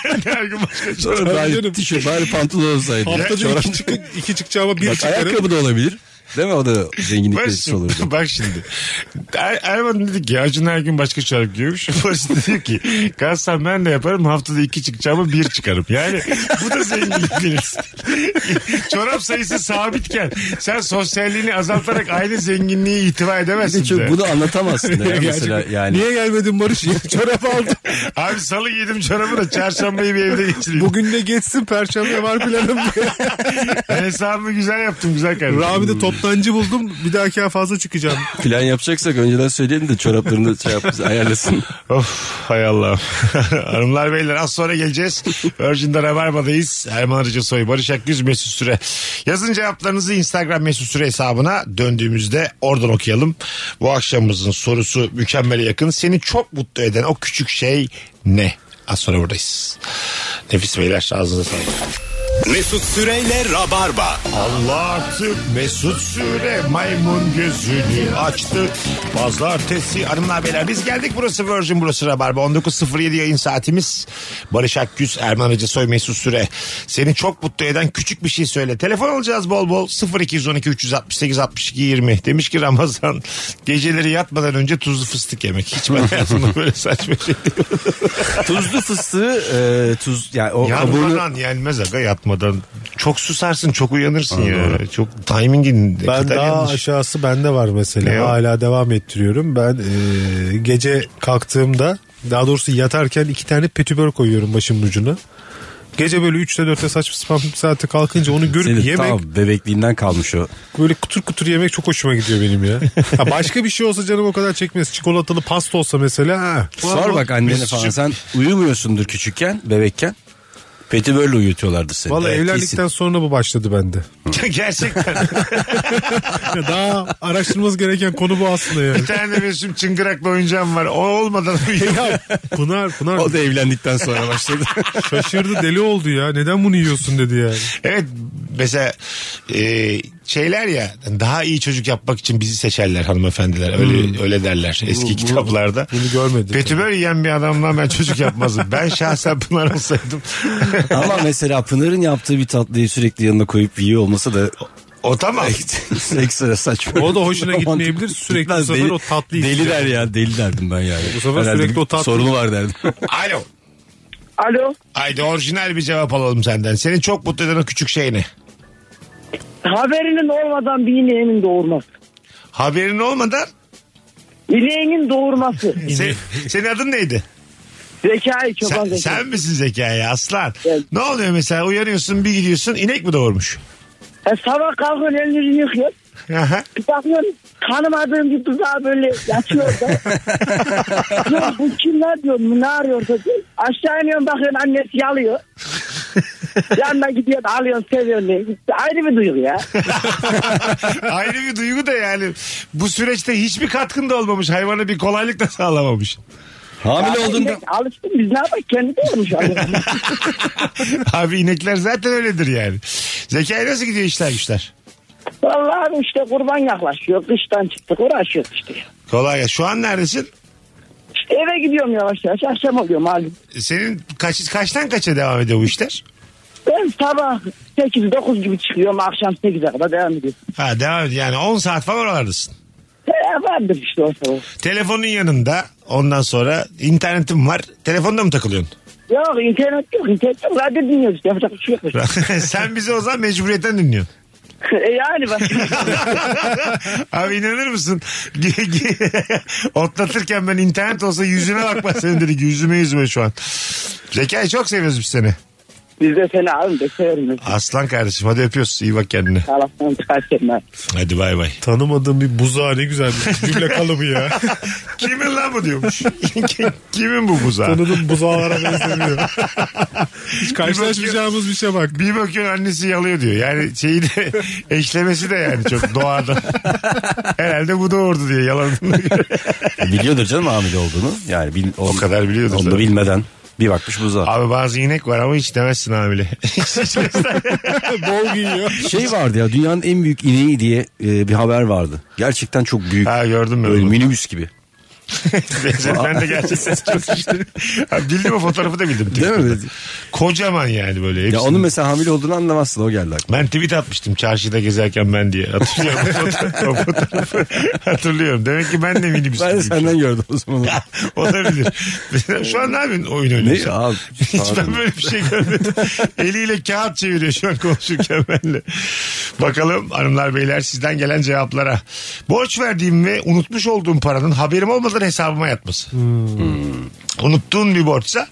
[SPEAKER 3] ben de her gün başka çorap.
[SPEAKER 5] Sonra bari tişört, bari pantolon olsaydı.
[SPEAKER 4] Haftada
[SPEAKER 5] Çorap-
[SPEAKER 4] iki, çıkı, iki çıkacağıma bir
[SPEAKER 5] Bak
[SPEAKER 4] çıkarım.
[SPEAKER 5] ayakkabı da olabilir. Değil mi? O da zenginlik
[SPEAKER 3] Bak
[SPEAKER 5] belirtisi
[SPEAKER 3] şimdi,
[SPEAKER 5] olurdu.
[SPEAKER 3] bak şimdi. Er, Erman dedi ki Acun her gün başka çorap giyiyormuş. Barış dedi ki kalsam ben de yaparım haftada iki çıkacağımı bir çıkarım. Yani bu da zenginlik belirtisi. çorap sayısı sabitken sen sosyalliğini azaltarak aynı zenginliği itibar edemezsin.
[SPEAKER 5] Çünkü
[SPEAKER 3] de.
[SPEAKER 5] bunu anlatamazsın da ya mesela
[SPEAKER 4] Gerçekten.
[SPEAKER 5] yani.
[SPEAKER 4] Niye gelmedin Barış? Çorap aldım.
[SPEAKER 3] Abi salı giydim çorabı da çarşambayı bir evde geçireyim.
[SPEAKER 4] Bugün de geçsin perşembe var planım.
[SPEAKER 3] Ben hesabımı güzel yaptım güzel kardeşim.
[SPEAKER 4] Rami'de toptancı buldum. Bir dahaki ay fazla çıkacağım.
[SPEAKER 5] Plan yapacaksak önceden söyleyelim de çoraplarını şey yap, ayarlasın.
[SPEAKER 3] Of hay Allah. Hanımlar beyler az sonra geleceğiz. Virgin'de Rabarba'dayız. Erman Arıca Soy, Barış Akgüz, Mesut Süre. Yazın cevaplarınızı Instagram Mesut Süre hesabına döndüğümüzde oradan okuyalım. Bu akşamımızın sorusu mükemmele yakın. Seni çok mutlu eden o küçük şey ne? Az sonra buradayız. Nefis beyler ağzınıza sağlık.
[SPEAKER 2] Mesut Süreyle Rabarba.
[SPEAKER 3] Allah artık Mesut Süre maymun gözünü açtı. Pazartesi hanımlar beyler biz geldik burası Virgin burası Rabarba 19.07 yayın saatimiz. Barış Akgüz, Erman Hacı Soy, Mesut Süre. Seni çok mutlu eden küçük bir şey söyle. Telefon alacağız bol bol 0212 368 62 20. Demiş ki Ramazan geceleri yatmadan önce tuzlu fıstık yemek. Hiç ben hayatımda böyle saçma şey değil.
[SPEAKER 5] Tuzlu fıstığı e, tuz yani o kabuğunu
[SPEAKER 3] Yatmadan yenmez aga yatmadan. Çok susarsın çok uyanırsın ya. Çok timingin. ne
[SPEAKER 4] Ben
[SPEAKER 3] kadar
[SPEAKER 4] daha
[SPEAKER 3] yanlış.
[SPEAKER 4] aşağısı bende var mesela.
[SPEAKER 3] Ne o?
[SPEAKER 4] Hala devam ettiriyorum. Ben e, gece kalktığımda daha doğrusu yatarken iki tane petibör koyuyorum başımın ucuna. Gece böyle 3'te 4'te saçma sapan bir saatte kalkınca onu görüp
[SPEAKER 5] senin
[SPEAKER 4] yemek
[SPEAKER 5] tam bebekliğinden kalmış o.
[SPEAKER 4] böyle kutur kutur yemek çok hoşuma gidiyor benim ya. Ha, başka bir şey olsa canım o kadar çekmez. Çikolatalı pasta olsa mesela. Ha.
[SPEAKER 5] Sor bak annene
[SPEAKER 3] Mesut'cum.
[SPEAKER 5] falan sen uyumuyorsundur küçükken bebekken. Petibörle uyutuyorlardı seni.
[SPEAKER 4] Valla
[SPEAKER 5] Evet,
[SPEAKER 4] evlendikten
[SPEAKER 5] kesin.
[SPEAKER 4] sonra bu başladı bende.
[SPEAKER 3] Gerçekten.
[SPEAKER 4] Daha araştırmamız gereken konu bu aslında yani.
[SPEAKER 3] Bir tane Mesut'un çıngıraklı oyuncağım var. O olmadan
[SPEAKER 4] ya Pınar, Pınar
[SPEAKER 5] O da evlendikten sonra başladı.
[SPEAKER 4] şaşırdı deli oldu ya. Neden bunu yiyorsun dedi yani.
[SPEAKER 3] Evet mesela e, şeyler ya daha iyi çocuk yapmak için bizi seçerler hanımefendiler. Öyle öyle derler eski kitaplarda.
[SPEAKER 4] Hmm. bunu görmedim.
[SPEAKER 3] Petibör yiyen bir adamdan ben çocuk yapmazdım. ben şahsen Pınar olsaydım
[SPEAKER 5] Ama mesela Pınar'ın yaptığı bir tatlıyı sürekli yanına koyup yiyor olması da
[SPEAKER 3] o tamam.
[SPEAKER 5] ekstra saçma.
[SPEAKER 4] O da hoşuna gitmeyebilir. Sürekli bu sefer o tatlıyı
[SPEAKER 5] Deli
[SPEAKER 4] istiyor.
[SPEAKER 5] der ya deli derdim ben yani.
[SPEAKER 4] Bu sefer
[SPEAKER 5] Herhalde
[SPEAKER 4] sürekli o tatlı-
[SPEAKER 5] Sorunu var derdim.
[SPEAKER 3] Alo.
[SPEAKER 10] Alo.
[SPEAKER 3] Haydi orijinal bir cevap alalım senden. Seni çok mutlu eden o küçük şey ne?
[SPEAKER 11] Haberinin olmadan bir ineğinin doğurması.
[SPEAKER 3] Haberin olmadan
[SPEAKER 11] İneğinin doğurması.
[SPEAKER 3] se- senin adın neydi?
[SPEAKER 11] Zekai çoban
[SPEAKER 3] Sen,
[SPEAKER 11] zekai.
[SPEAKER 3] sen misin zekaya aslan?
[SPEAKER 11] Evet.
[SPEAKER 3] Ne oluyor mesela uyanıyorsun bir gidiyorsun inek mi doğurmuş?
[SPEAKER 11] E, sabah kalkıyorsun ellerini yıkıyorsun.
[SPEAKER 3] Aha.
[SPEAKER 11] Bir bakıyorsun tanımadığın bir buzağı böyle yatıyor da. Diyorum, bu kim lan diyorum bu ne arıyor da diyor. Aşağı iniyorsun bakıyorsun annesi yalıyor. Yanına gidiyorsun alıyorsun seviyorsun diye. Ayrı bir duygu ya.
[SPEAKER 3] Ayrı bir duygu da yani bu süreçte hiçbir katkın da olmamış. Hayvana bir kolaylık da sağlamamış.
[SPEAKER 5] Hamile olduğunda
[SPEAKER 11] Alıştım biz ne yapalım kendi doğurmuş.
[SPEAKER 3] Abi inekler zaten öyledir yani. Zekai nasıl gidiyor işler güçler?
[SPEAKER 11] Vallahi abi işte kurban yaklaşıyor. Kıştan çıktık uğraşıyoruz işte.
[SPEAKER 3] Kolay gelsin. Şu an neredesin?
[SPEAKER 11] İşte eve gidiyorum yavaş yavaş. Akşam oluyor malum.
[SPEAKER 3] Senin kaç, kaçtan kaça devam ediyor bu işler?
[SPEAKER 11] Ben sabah 8-9 gibi çıkıyorum. Akşam 8'e kadar devam ediyor.
[SPEAKER 3] Ha devam ediyor. Yani 10 saat falan oralardasın.
[SPEAKER 11] E, vardır işte o sabah.
[SPEAKER 3] Telefonun yanında ondan sonra internetin var. Telefonda mı takılıyorsun?
[SPEAKER 11] Yok internet yok. internet yok. Radyo dinliyoruz. işte, Yapacak bir şey yok.
[SPEAKER 3] Sen bizi o zaman mecburiyetten dinliyorsun.
[SPEAKER 11] E, yani bak.
[SPEAKER 3] Abi inanır mısın? Ge- ge- Otlatırken ben internet olsa yüzüne bakma senin dedik. Yüzüme yüzüme şu an. Zekai çok seviyoruz biz seni.
[SPEAKER 11] Biz de seni abim de severim.
[SPEAKER 3] Aslan kardeşim hadi öpüyoruz. İyi bak kendine.
[SPEAKER 11] Allah'tan çıkar kendine.
[SPEAKER 3] Hadi bay bay.
[SPEAKER 4] Tanımadığım bir buzağı ne güzel bir cümle kalıbı ya.
[SPEAKER 3] Kimin lan bu diyormuş. Kimin bu buzağı?
[SPEAKER 4] Tanıdığım buzağlara benzemiyor. Hiç karşılaşmayacağımız bir şey bak.
[SPEAKER 3] Bir bakıyor annesi yalıyor diyor. Yani şeyi de eşlemesi de yani çok doğada. Herhalde bu doğurdu diye yalanını.
[SPEAKER 5] biliyordur canım hamile olduğunu. Yani bil,
[SPEAKER 3] o kadar biliyordur.
[SPEAKER 5] Onu da
[SPEAKER 3] zaten.
[SPEAKER 5] bilmeden bir bakmış buza.
[SPEAKER 3] Abi bazı inek var ama hiç demezsin hamile.
[SPEAKER 4] Bol giyiyor.
[SPEAKER 5] Şey vardı ya dünyanın en büyük ineği diye e, bir haber vardı. Gerçekten çok büyük.
[SPEAKER 3] ha gördüm ben.
[SPEAKER 5] Böyle
[SPEAKER 3] onu.
[SPEAKER 5] minibüs gibi.
[SPEAKER 3] ben de gerçekten çok Abi bildim o fotoğrafı da bildim.
[SPEAKER 5] Değil mi?
[SPEAKER 3] Kocaman yani böyle.
[SPEAKER 5] Ya
[SPEAKER 3] hepsini.
[SPEAKER 5] onun mesela hamile olduğunu anlamazsın o geldi aklıma.
[SPEAKER 3] Ben tweet atmıştım çarşıda gezerken ben diye. Hatırlıyorum o fotoğrafı. o fotoğrafı Hatırlıyorum. Demek ki ben de minibüs. şey.
[SPEAKER 5] Ben de
[SPEAKER 3] gibiyim.
[SPEAKER 5] senden gördüm o zaman.
[SPEAKER 3] Olabilir. Şu an ne yapıyorsun oyun
[SPEAKER 5] ne
[SPEAKER 3] oynuyorsun?
[SPEAKER 5] abi?
[SPEAKER 3] Hiç ben böyle bir şey görmedim. Eliyle kağıt çeviriyor şu an konuşurken benimle. Bakalım hanımlar beyler sizden gelen cevaplara. Borç verdiğim ve unutmuş olduğum paranın haberim olmadan hesabıma yatması.
[SPEAKER 5] Hmm.
[SPEAKER 3] Unuttuğun bir borçsa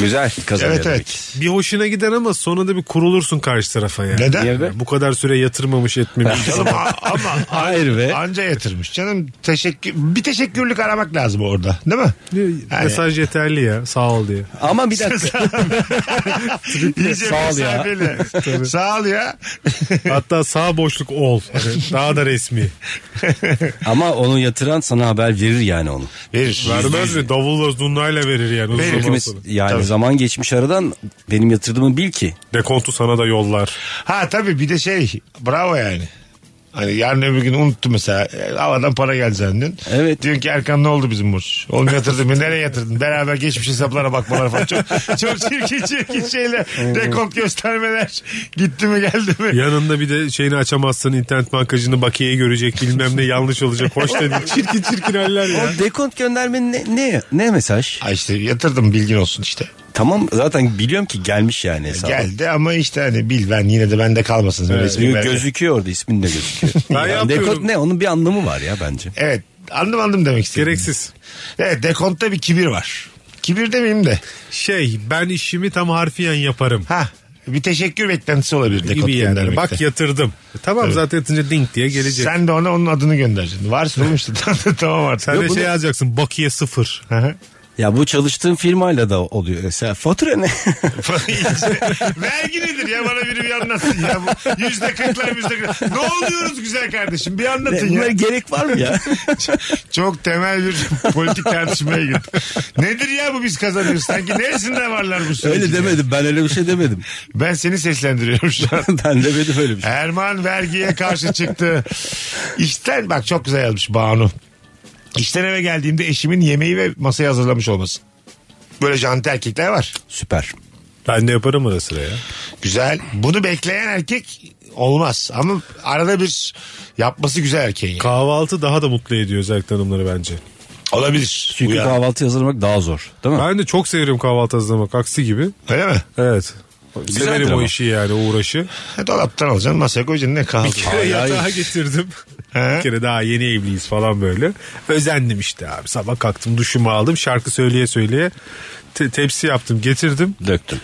[SPEAKER 5] Güzel kazanıyor.
[SPEAKER 3] evet
[SPEAKER 5] demek.
[SPEAKER 3] evet.
[SPEAKER 4] Bir hoşuna gider ama sonra da bir kurulursun karşı tarafa ya.
[SPEAKER 3] Neden?
[SPEAKER 5] Niye be?
[SPEAKER 4] Yani Bu kadar süre yatırmamış etmemiş.
[SPEAKER 3] Canım, a- ama
[SPEAKER 5] Hayır be.
[SPEAKER 3] anca yatırmış. Canım teşekkür bir teşekkürlük aramak lazım orada değil mi?
[SPEAKER 4] Mesaj yeterli ya sağ ol diye.
[SPEAKER 5] Ama bir dakika.
[SPEAKER 3] İyice
[SPEAKER 5] Sağ ol ya.
[SPEAKER 3] mesafeli. Sağ ol ya.
[SPEAKER 4] Hatta sağ boşluk ol. Hani daha da resmi.
[SPEAKER 5] Ama onu yatıran sana haber verir yani onu.
[SPEAKER 3] Verir.
[SPEAKER 4] Vermez mi? Davulla zurnayla verir yani. uzun
[SPEAKER 3] Verir.
[SPEAKER 4] zaman
[SPEAKER 5] Hepimiz
[SPEAKER 4] sonra.
[SPEAKER 5] yani
[SPEAKER 3] Tabii.
[SPEAKER 5] zaman geçmiş aradan benim yatırdığımı bil ki.
[SPEAKER 4] Dekontu sana da yollar.
[SPEAKER 3] Ha tabii bir de şey bravo yani. Hani yarın öbür gün unuttum mesela. e, Havadan para geldi zannediyorsun.
[SPEAKER 5] Evet.
[SPEAKER 3] Diyorsun ki Erkan ne oldu bizim borç? Oğlum yatırdın mı? Nereye yatırdın? Beraber geçmiş hesaplara bakmalar falan. Çok, çok çirkin çirkin şeyler. Rekord göstermeler. Gitti mi geldi mi?
[SPEAKER 4] Yanında bir de şeyini açamazsın internet bankacını bakiyeyi görecek bilmem ne yanlış olacak. Hoş dedi. Çirkin çirkin haller ya.
[SPEAKER 5] O dekont göndermenin ne, ne, ne mesaj?
[SPEAKER 3] Ha işte yatırdım bilgin olsun işte.
[SPEAKER 5] Tamam zaten biliyorum ki gelmiş yani hesaba.
[SPEAKER 3] Geldi ama işte hani bil ben yine de bende kalmasın. Öyle ismi
[SPEAKER 5] Gö-
[SPEAKER 3] verme.
[SPEAKER 5] Gözüküyor orada ismin de gözüküyor.
[SPEAKER 4] Ben
[SPEAKER 5] Yani
[SPEAKER 4] yapıyorum.
[SPEAKER 5] dekont ne onun bir anlamı var ya bence.
[SPEAKER 3] Evet anladım anladım demek istedim.
[SPEAKER 4] Gereksiz.
[SPEAKER 3] Evet dekontta bir kibir var. Kibir demeyeyim de.
[SPEAKER 4] Şey ben işimi tam harfiyen yaparım.
[SPEAKER 3] Ha bir teşekkür beklentisi olabilir dekont
[SPEAKER 4] gibi yani.
[SPEAKER 3] göndermekte.
[SPEAKER 4] Bak yatırdım. E, tamam zaten yatınca ding diye gelecek. Sen,
[SPEAKER 3] Sen de ona onun adını göndereceksin. Varsın oğlum işte. tamam artık.
[SPEAKER 4] de şey yazacaksın bakiye sıfır.
[SPEAKER 3] şey Hı hı.
[SPEAKER 5] Ya bu çalıştığın firmayla da oluyor. Mesela fatura ne?
[SPEAKER 3] Vergi nedir ya bana biri bir anlatsın ya. Bu Yüzde kırklar yüzde kırklar. Ne oluyoruz güzel kardeşim bir anlatın
[SPEAKER 5] Ne,
[SPEAKER 3] ya.
[SPEAKER 5] bunlara gerek var mı Şey ya?
[SPEAKER 3] Ç- Çok temel bir politik tartışmaya girdi. Nedir ya bu biz kazanıyoruz sanki neresinde varlar bu sürecin?
[SPEAKER 5] öyle
[SPEAKER 3] ya?
[SPEAKER 5] demedim ben öyle bir şey demedim.
[SPEAKER 3] Ben seni seslendiriyorum şu an.
[SPEAKER 5] ben demedim öyle bir şey.
[SPEAKER 3] Erman vergiye karşı çıktı. İşten bak çok güzel yazmış Banu. İşten eve geldiğimde eşimin yemeği ve masayı hazırlamış olması. Böyle janti erkekler var.
[SPEAKER 5] Süper.
[SPEAKER 4] Ben de yaparım ara sıra ya.
[SPEAKER 3] Güzel. Bunu bekleyen erkek olmaz. Ama arada bir yapması güzel erkeğin. yani.
[SPEAKER 4] Kahvaltı daha da mutlu ediyor özellikle hanımları bence.
[SPEAKER 3] Olabilir.
[SPEAKER 5] Çünkü
[SPEAKER 3] Uyan.
[SPEAKER 5] kahvaltı hazırlamak daha zor. Değil mi?
[SPEAKER 4] Ben de çok severim kahvaltı hazırlamak aksi gibi.
[SPEAKER 3] Öyle mi?
[SPEAKER 4] Evet. severim o
[SPEAKER 5] ama.
[SPEAKER 4] işi yani o uğraşı.
[SPEAKER 3] E, dolaptan alacaksın masaya koyacaksın ne
[SPEAKER 4] Bir
[SPEAKER 3] kahvaltı.
[SPEAKER 4] kere yatağa getirdim.
[SPEAKER 3] He?
[SPEAKER 4] Bir kere daha yeni evliyiz falan böyle. Özendim işte abi. Sabah kalktım duşumu aldım şarkı söyleye söyleye. te- tepsi yaptım getirdim.
[SPEAKER 5] Döktüm.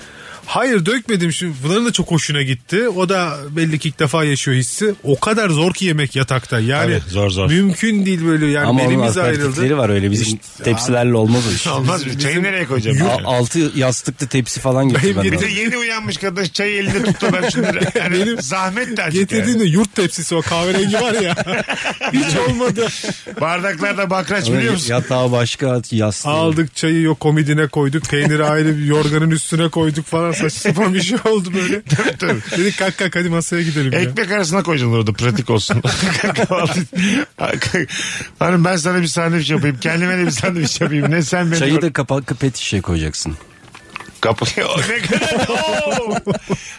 [SPEAKER 4] Hayır dökmedim şimdi bunların da çok hoşuna gitti. O da belli ki ilk defa yaşıyor hissi. O kadar zor ki yemek yatakta. Yani
[SPEAKER 3] Tabii, zor, zor.
[SPEAKER 4] mümkün değil böyle yani
[SPEAKER 5] Ama onun
[SPEAKER 4] belimiz
[SPEAKER 5] alternatifleri
[SPEAKER 4] ayrıldı.
[SPEAKER 5] var öyle bizim tepsilerle olmaz o iş.
[SPEAKER 3] Olmaz bir çayı nereye koyacağım?
[SPEAKER 5] A-
[SPEAKER 3] Yani?
[SPEAKER 5] altı yastıklı tepsi falan getir
[SPEAKER 3] Bir de
[SPEAKER 5] benden.
[SPEAKER 3] yeni uyanmış kadın çayı elinde tuttu ben şunları. Yani
[SPEAKER 4] Benim
[SPEAKER 3] zahmet de azıcık
[SPEAKER 4] Getirdiğinde yurt tepsisi o kahverengi var ya. Hiç olmadı.
[SPEAKER 3] yani. Bardaklarda bakraç biliyor musun?
[SPEAKER 5] Yatağı başka yastığı.
[SPEAKER 4] Aldık çayı yok komidine koyduk. Peyniri ayrı bir yorganın üstüne koyduk falan. Saçma sapan bir şey oldu böyle.
[SPEAKER 3] tabii.
[SPEAKER 4] Dedik kalk kalk hadi masaya gidelim ya.
[SPEAKER 3] Ekmek arasına koyacaksın orada pratik olsun. Kahvaltı- Hanım ben sana bir sandviç yapayım. Kendime de bir sandviç yapayım. Ne sen beni
[SPEAKER 5] Çayı da kapaklı pet şişe koyacaksın.
[SPEAKER 3] Kapı. ne kadar Oo!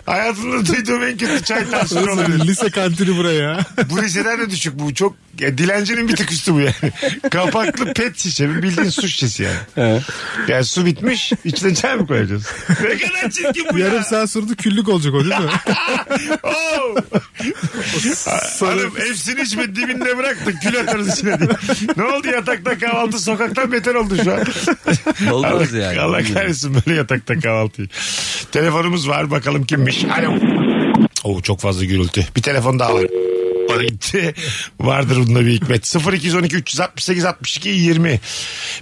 [SPEAKER 3] Hayatımda duyduğum en kötü çay tasviri olabilir.
[SPEAKER 4] Lise kantini buraya.
[SPEAKER 3] Bu liseden de düşük bu. Çok ya, dilencinin bir tık üstü bu yani. Kapaklı pet şişe. Bildiğin su şişesi yani. Yani su bitmiş. içine çay mı koyacağız? Ne kadar çirkin bu ya.
[SPEAKER 4] Yarım saat sürdü küllük olacak o değil mi?
[SPEAKER 3] Oo! Oh! Hanım hepsini içme dibinde bırak da kül atarız içine diye. Ne oldu yatakta kahvaltı sokaktan beter oldu şu an.
[SPEAKER 5] Olmaz
[SPEAKER 3] Allah,
[SPEAKER 5] yani.
[SPEAKER 3] Allah kahretsin böyle yatakta kahvaltıyı. Telefonumuz var bakalım kimmiş. Alo. Oo, çok fazla gürültü. Bir telefon daha var. Bana gitti. Vardır bunda bir hikmet. 0212 368 62 20.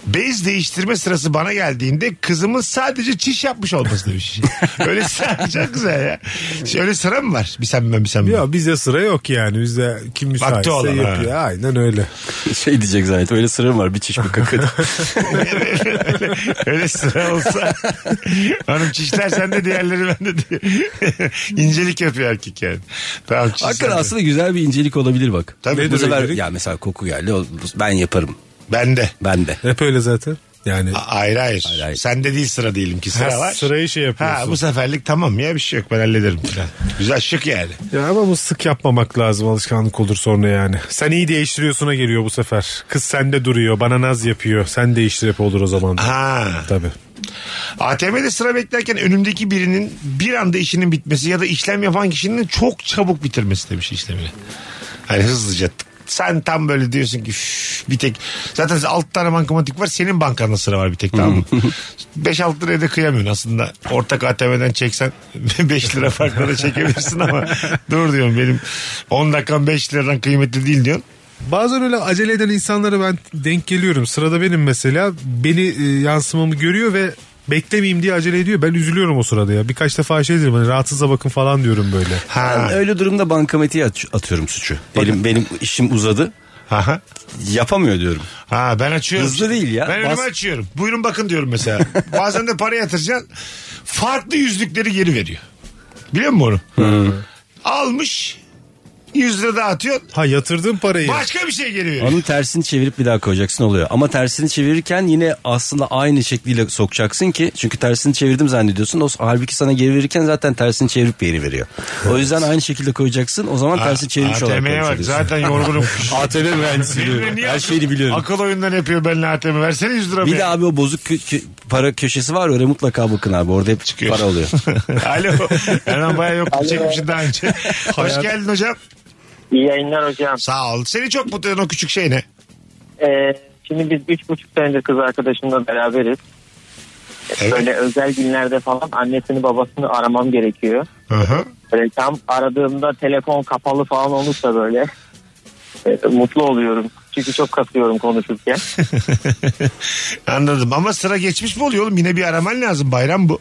[SPEAKER 3] Bez değiştirme sırası bana geldiğinde kızımın sadece çiş yapmış olması demiş. Öyle sıra çok güzel ya. Şey, Öyle sıra mı var? Bir sen ben bir sen ben.
[SPEAKER 4] ya bizde sıra yok yani. Bizde kim müsaitse
[SPEAKER 3] olan, ha.
[SPEAKER 4] yapıyor. Aynen öyle.
[SPEAKER 5] Şey diyecek zaten öyle sıra mı var bir çiş bir kakı.
[SPEAKER 3] öyle, öyle sıra olsa hanım çişler sende diğerleri bende diye. İncelik yapıyor erkek yani. Tamam çiş
[SPEAKER 5] Hakikaten
[SPEAKER 3] sende.
[SPEAKER 5] aslında güzel bir incelik olabilir bak.
[SPEAKER 3] Tabii,
[SPEAKER 5] bu
[SPEAKER 3] nedir
[SPEAKER 5] sefer
[SPEAKER 3] incelik?
[SPEAKER 5] ya mesela koku geldi o- ben yaparım
[SPEAKER 3] Bende.
[SPEAKER 5] ben de.
[SPEAKER 4] Hep öyle zaten. Yani
[SPEAKER 3] A- Hayır hayır.
[SPEAKER 5] Hayır, hayır.
[SPEAKER 3] Sende değil sıra diyelim ki sıra
[SPEAKER 4] Ha,
[SPEAKER 3] var.
[SPEAKER 4] sırayı şey yapıyorsun.
[SPEAKER 3] Ha bu seferlik tamam ya bir şey yok ben hallederim falan. Güzel şık yani.
[SPEAKER 4] Ya ama bu sık yapmamak lazım alışkanlık olur sonra yani. Sen iyi değiştiriyorsuna geliyor bu sefer. Kız sende duruyor bana naz yapıyor. Sen değiştir hep olur o zaman. da.
[SPEAKER 3] Ha.
[SPEAKER 4] Tabii.
[SPEAKER 3] ATM'de sıra beklerken önümdeki birinin bir anda işinin bitmesi ya da işlem yapan kişinin çok çabuk bitirmesi demiş işlemini. Hani hızlıca tık. sen tam böyle diyorsun ki "Üf, bir tek zaten 6 tane bankamatik var senin bankanda sıra var bir tek tamam mı? 5-6 liraya da kıyamıyorsun aslında ortak ATM'den çeksen 5 lira farkla da çekebilirsin ama dur diyorum benim 10 dakikam 5 liradan kıymetli değil diyorsun.
[SPEAKER 4] Bazen öyle acele eden insanlara ben denk geliyorum. Sırada benim mesela beni e, yansımamı görüyor ve beklemeyeyim diye acele ediyor. Ben üzülüyorum o sırada ya. Birkaç defa şey dedim hani rahatsıza bakın falan diyorum böyle.
[SPEAKER 3] Ha.
[SPEAKER 5] Ben öyle durumda bankamatiğe at- atıyorum suçu. Benim benim işim uzadı
[SPEAKER 3] Aha.
[SPEAKER 5] yapamıyor diyorum.
[SPEAKER 3] Ha ben açıyorum.
[SPEAKER 5] Hızlı değil ya.
[SPEAKER 3] Ben önüme
[SPEAKER 5] Bas-
[SPEAKER 3] açıyorum. Buyurun bakın diyorum mesela. Bazen de para yatıracaksın. Farklı yüzlükleri geri veriyor. Biliyor musun onu? Almış. Yüz lira daha atıyor.
[SPEAKER 4] Ha yatırdığım parayı.
[SPEAKER 3] Başka bir şey geri veriyor.
[SPEAKER 5] Onun tersini çevirip bir daha koyacaksın oluyor. Ama tersini çevirirken yine aslında aynı şekliyle sokacaksın ki çünkü tersini çevirdim zannediyorsun. O halbuki sana geri verirken zaten tersini çevirip geri veriyor. O yüzden aynı şekilde koyacaksın. O zaman tersini çevirmiş olarak
[SPEAKER 3] ATM'ye bak
[SPEAKER 5] koyacaksın.
[SPEAKER 3] zaten yorgunum.
[SPEAKER 5] ATM
[SPEAKER 3] Benimle niye
[SPEAKER 5] mühendisliği. Her şeyini biliyorum.
[SPEAKER 3] Akıl oyundan yapıyor benimle ATM. Versene 100 lira.
[SPEAKER 5] Bir de abi o bozuk kö- kö- para köşesi var öyle mutlaka bakın abi orada hep
[SPEAKER 3] Çıkıyor.
[SPEAKER 5] para oluyor.
[SPEAKER 3] Alo. Hemen bayağı yok. Çekmişim daha önce. Hoş geldin hocam.
[SPEAKER 12] İyi yayınlar hocam.
[SPEAKER 3] Sağ ol. Seni çok mutlu eden o küçük şey ne?
[SPEAKER 12] Ee, şimdi biz üç buçuk senedir kız arkadaşımla beraberiz.
[SPEAKER 3] Evet.
[SPEAKER 12] Böyle özel günlerde falan annesini babasını aramam gerekiyor.
[SPEAKER 3] Hı hı.
[SPEAKER 12] Böyle tam aradığımda telefon kapalı falan olursa böyle e, mutlu oluyorum. Çünkü çok kasıyorum konuşurken.
[SPEAKER 3] Anladım ama sıra geçmiş mi oluyor oğlum? Yine bir araman lazım bayram bu.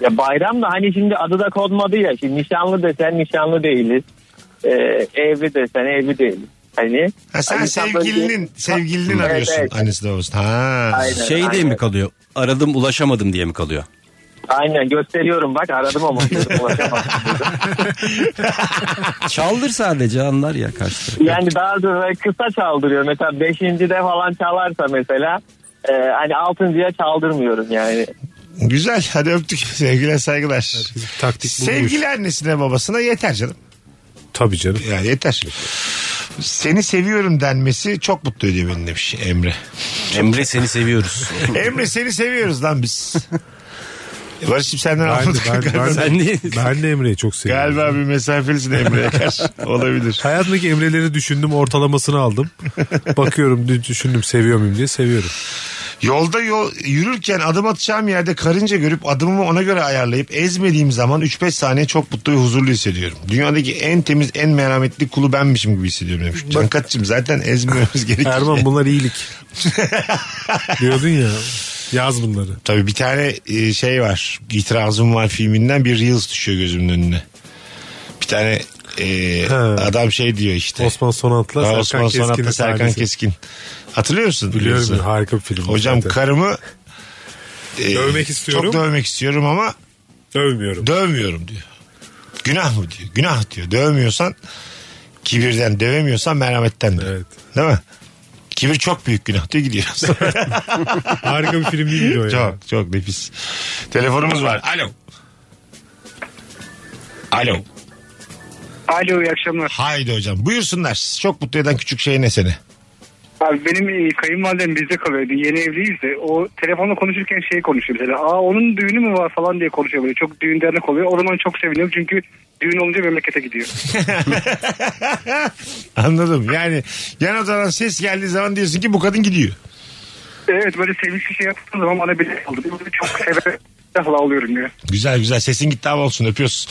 [SPEAKER 12] Ya bayram da hani şimdi adı da konmadı ya. Şimdi nişanlı desen nişanlı değiliz. Ee, evli desen evli değiliz. Hani.
[SPEAKER 3] Ha, sen
[SPEAKER 12] Hani insan böyle-
[SPEAKER 3] sevgilinin sevgilinin
[SPEAKER 12] Evet,
[SPEAKER 3] arıyorsun
[SPEAKER 12] evet.
[SPEAKER 3] annesi babası. Ha.
[SPEAKER 12] Aynen,
[SPEAKER 5] şey diye mi kalıyor? Aradım ulaşamadım diye mi kalıyor?
[SPEAKER 12] Aynen gösteriyorum bak aradım ama. ulaşamadım.
[SPEAKER 5] Çaldır sadece anlar ya karşı taraf.
[SPEAKER 12] yani daha sonra kısa çaldırıyor. Mesela beşinci de falan çalarsa mesela. e, hani altıncıya çaldırmıyorum yani.
[SPEAKER 3] Güzel hadi öptük sevgiler saygılar.
[SPEAKER 4] taktik bulmuş.
[SPEAKER 3] Sevgili annesine babasına yeter canım.
[SPEAKER 4] Tabii canım.
[SPEAKER 3] Yani yeter. Seni seviyorum denmesi çok mutlu ediyor beni demiş Emre.
[SPEAKER 5] Emre seni seviyoruz.
[SPEAKER 3] Emre seni seviyoruz lan biz. E Barış'ım senden
[SPEAKER 4] Ben de,
[SPEAKER 3] almadık.
[SPEAKER 4] ben, ben,
[SPEAKER 3] galiba.
[SPEAKER 4] ben, de Emre'yi çok seviyorum.
[SPEAKER 3] Galiba bir mesafelisin Emre'ye karşı. Olabilir.
[SPEAKER 4] Hayatımdaki Emre'leri düşündüm ortalamasını aldım. Bakıyorum dün düşündüm seviyor muyum diye seviyorum.
[SPEAKER 3] Yolda yol, yürürken adım atacağım yerde karınca görüp adımımı ona göre ayarlayıp ezmediğim zaman 3-5 saniye çok mutlu ve huzurlu hissediyorum. Dünyadaki en temiz en merhametli kulu benmişim gibi hissediyorum demiş. Cankat'cığım zaten ezmiyoruz E, gerekiyor.
[SPEAKER 4] Erman bunlar iyilik. Diyordun ya yaz bunları.
[SPEAKER 3] Tabii bir tane e, şey var. İtirazım var filminden bir Reels düşüyor gözümün önüne. Bir tane e, adam şey diyor işte.
[SPEAKER 4] Osman Sonat'la
[SPEAKER 3] Ha,
[SPEAKER 4] Serkan
[SPEAKER 3] Osman
[SPEAKER 4] Keskin'in
[SPEAKER 3] Sonat'la Serkan
[SPEAKER 4] sahnesi.
[SPEAKER 3] Keskin. Hatırlıyor musun?
[SPEAKER 4] Biliyorum
[SPEAKER 3] Reels'i?
[SPEAKER 4] ya, harika bir film.
[SPEAKER 3] Hocam
[SPEAKER 4] zaten.
[SPEAKER 3] karımı e,
[SPEAKER 4] Dövmek
[SPEAKER 3] Çok
[SPEAKER 4] istiyorum.
[SPEAKER 3] dövmek istiyorum ama
[SPEAKER 4] Dövmüyorum.
[SPEAKER 3] dövmüyorum diyor. Günah mı diyor? Günah diyor. Dövmüyorsan kibirden dövemiyorsan merhametten diyor.
[SPEAKER 4] Evet.
[SPEAKER 3] Değil mi? Kibir çok büyük günah diyor gidiyor.
[SPEAKER 4] Harika bir film değil miydi o ya?
[SPEAKER 3] çok çok nefis. Telefonumuz var. Alo. Alo.
[SPEAKER 6] Alo iyi akşamlar.
[SPEAKER 3] Haydi hocam. Buyursunlar. Çok mutlu eden küçük şey ne seni?
[SPEAKER 6] Abi benim e, kayınvalidem bizde kalıyordu. Yeni evliyiz de o telefonla konuşurken şey konuşuyor mesela. Aa onun düğünü mü var falan diye konuşuyor böyle. Çok düğün dernek oluyor. O zaman çok seviniyorum çünkü düğün olunca memlekete gidiyor.
[SPEAKER 3] Anladım. Yani yan odadan ses geldiği zaman diyorsun ki bu kadın gidiyor.
[SPEAKER 6] evet böyle sevinçli şey yaptığım zaman bana bile oldu. Böyle Çok severek alıyorum ya.
[SPEAKER 3] Güzel güzel sesin gitti ama olsun öpüyoruz.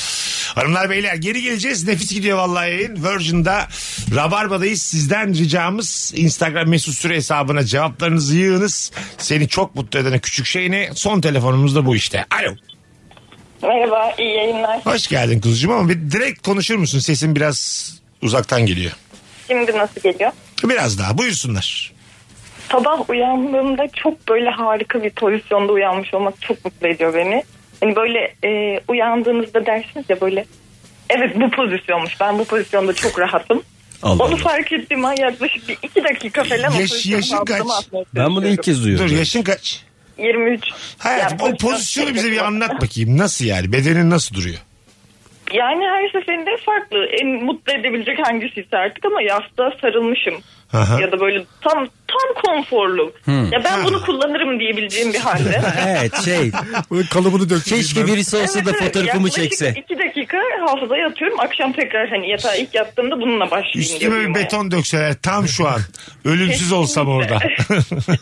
[SPEAKER 3] Hanımlar beyler geri geleceğiz. Nefis gidiyor vallahi yayın. Virgin'da Rabarba'dayız. Sizden ricamız Instagram mesut süre hesabına cevaplarınızı yığınız. Seni çok mutlu eden küçük şey ne? Son telefonumuz da bu işte. Alo.
[SPEAKER 10] Merhaba, iyi yayınlar.
[SPEAKER 3] Hoş geldin kuzucuğum ama bir direkt konuşur musun? Sesin biraz uzaktan geliyor.
[SPEAKER 10] Şimdi nasıl geliyor?
[SPEAKER 3] Biraz daha buyursunlar.
[SPEAKER 10] Sabah uyandığımda çok böyle harika bir pozisyonda uyanmış olmak çok mutlu ediyor beni. Hani böyle e, uyandığınızda dersiniz ya böyle evet bu pozisyonmuş ben bu pozisyonda çok rahatım.
[SPEAKER 5] Allah
[SPEAKER 10] Onu
[SPEAKER 5] Allah.
[SPEAKER 10] fark ettiğim an yaklaşık bir iki dakika falan o
[SPEAKER 3] Yaş-
[SPEAKER 10] pozisyonun
[SPEAKER 3] yaşın
[SPEAKER 10] altına
[SPEAKER 3] kaç?
[SPEAKER 10] atmaya
[SPEAKER 5] Ben bunu ilk kez duyuyorum.
[SPEAKER 3] Dur yaşın kaç?
[SPEAKER 10] 23.
[SPEAKER 3] Hayatım
[SPEAKER 10] Ya,
[SPEAKER 3] o pozisyonu bize bir anlat bakayım. Nasıl yani? Bedenin nasıl duruyor?
[SPEAKER 10] Yani her seferinde farklı. En mutlu edebilecek hangisiyse artık ama yastığa sarılmışım.
[SPEAKER 3] Aha.
[SPEAKER 10] Ya da böyle tam tam konforlu.
[SPEAKER 5] Hmm.
[SPEAKER 10] Ya ben bunu kullanırım diyebileceğim bir halde.
[SPEAKER 5] evet şey
[SPEAKER 4] Bunun kalıbını döktüm.
[SPEAKER 5] keşke
[SPEAKER 4] bilmem.
[SPEAKER 5] birisi olsa da
[SPEAKER 10] Evet, evet.
[SPEAKER 5] fotoğrafımı
[SPEAKER 10] Yaklaşık
[SPEAKER 5] çekse.
[SPEAKER 10] iki dakika hafızaya atıyorum. Akşam tekrar hani yatağa ilk yattığımda bununla başlayayım. diye
[SPEAKER 3] Üstüme bir
[SPEAKER 10] uyumaya.
[SPEAKER 3] beton dökseler tam şu an. Ölümsüz olsam orada.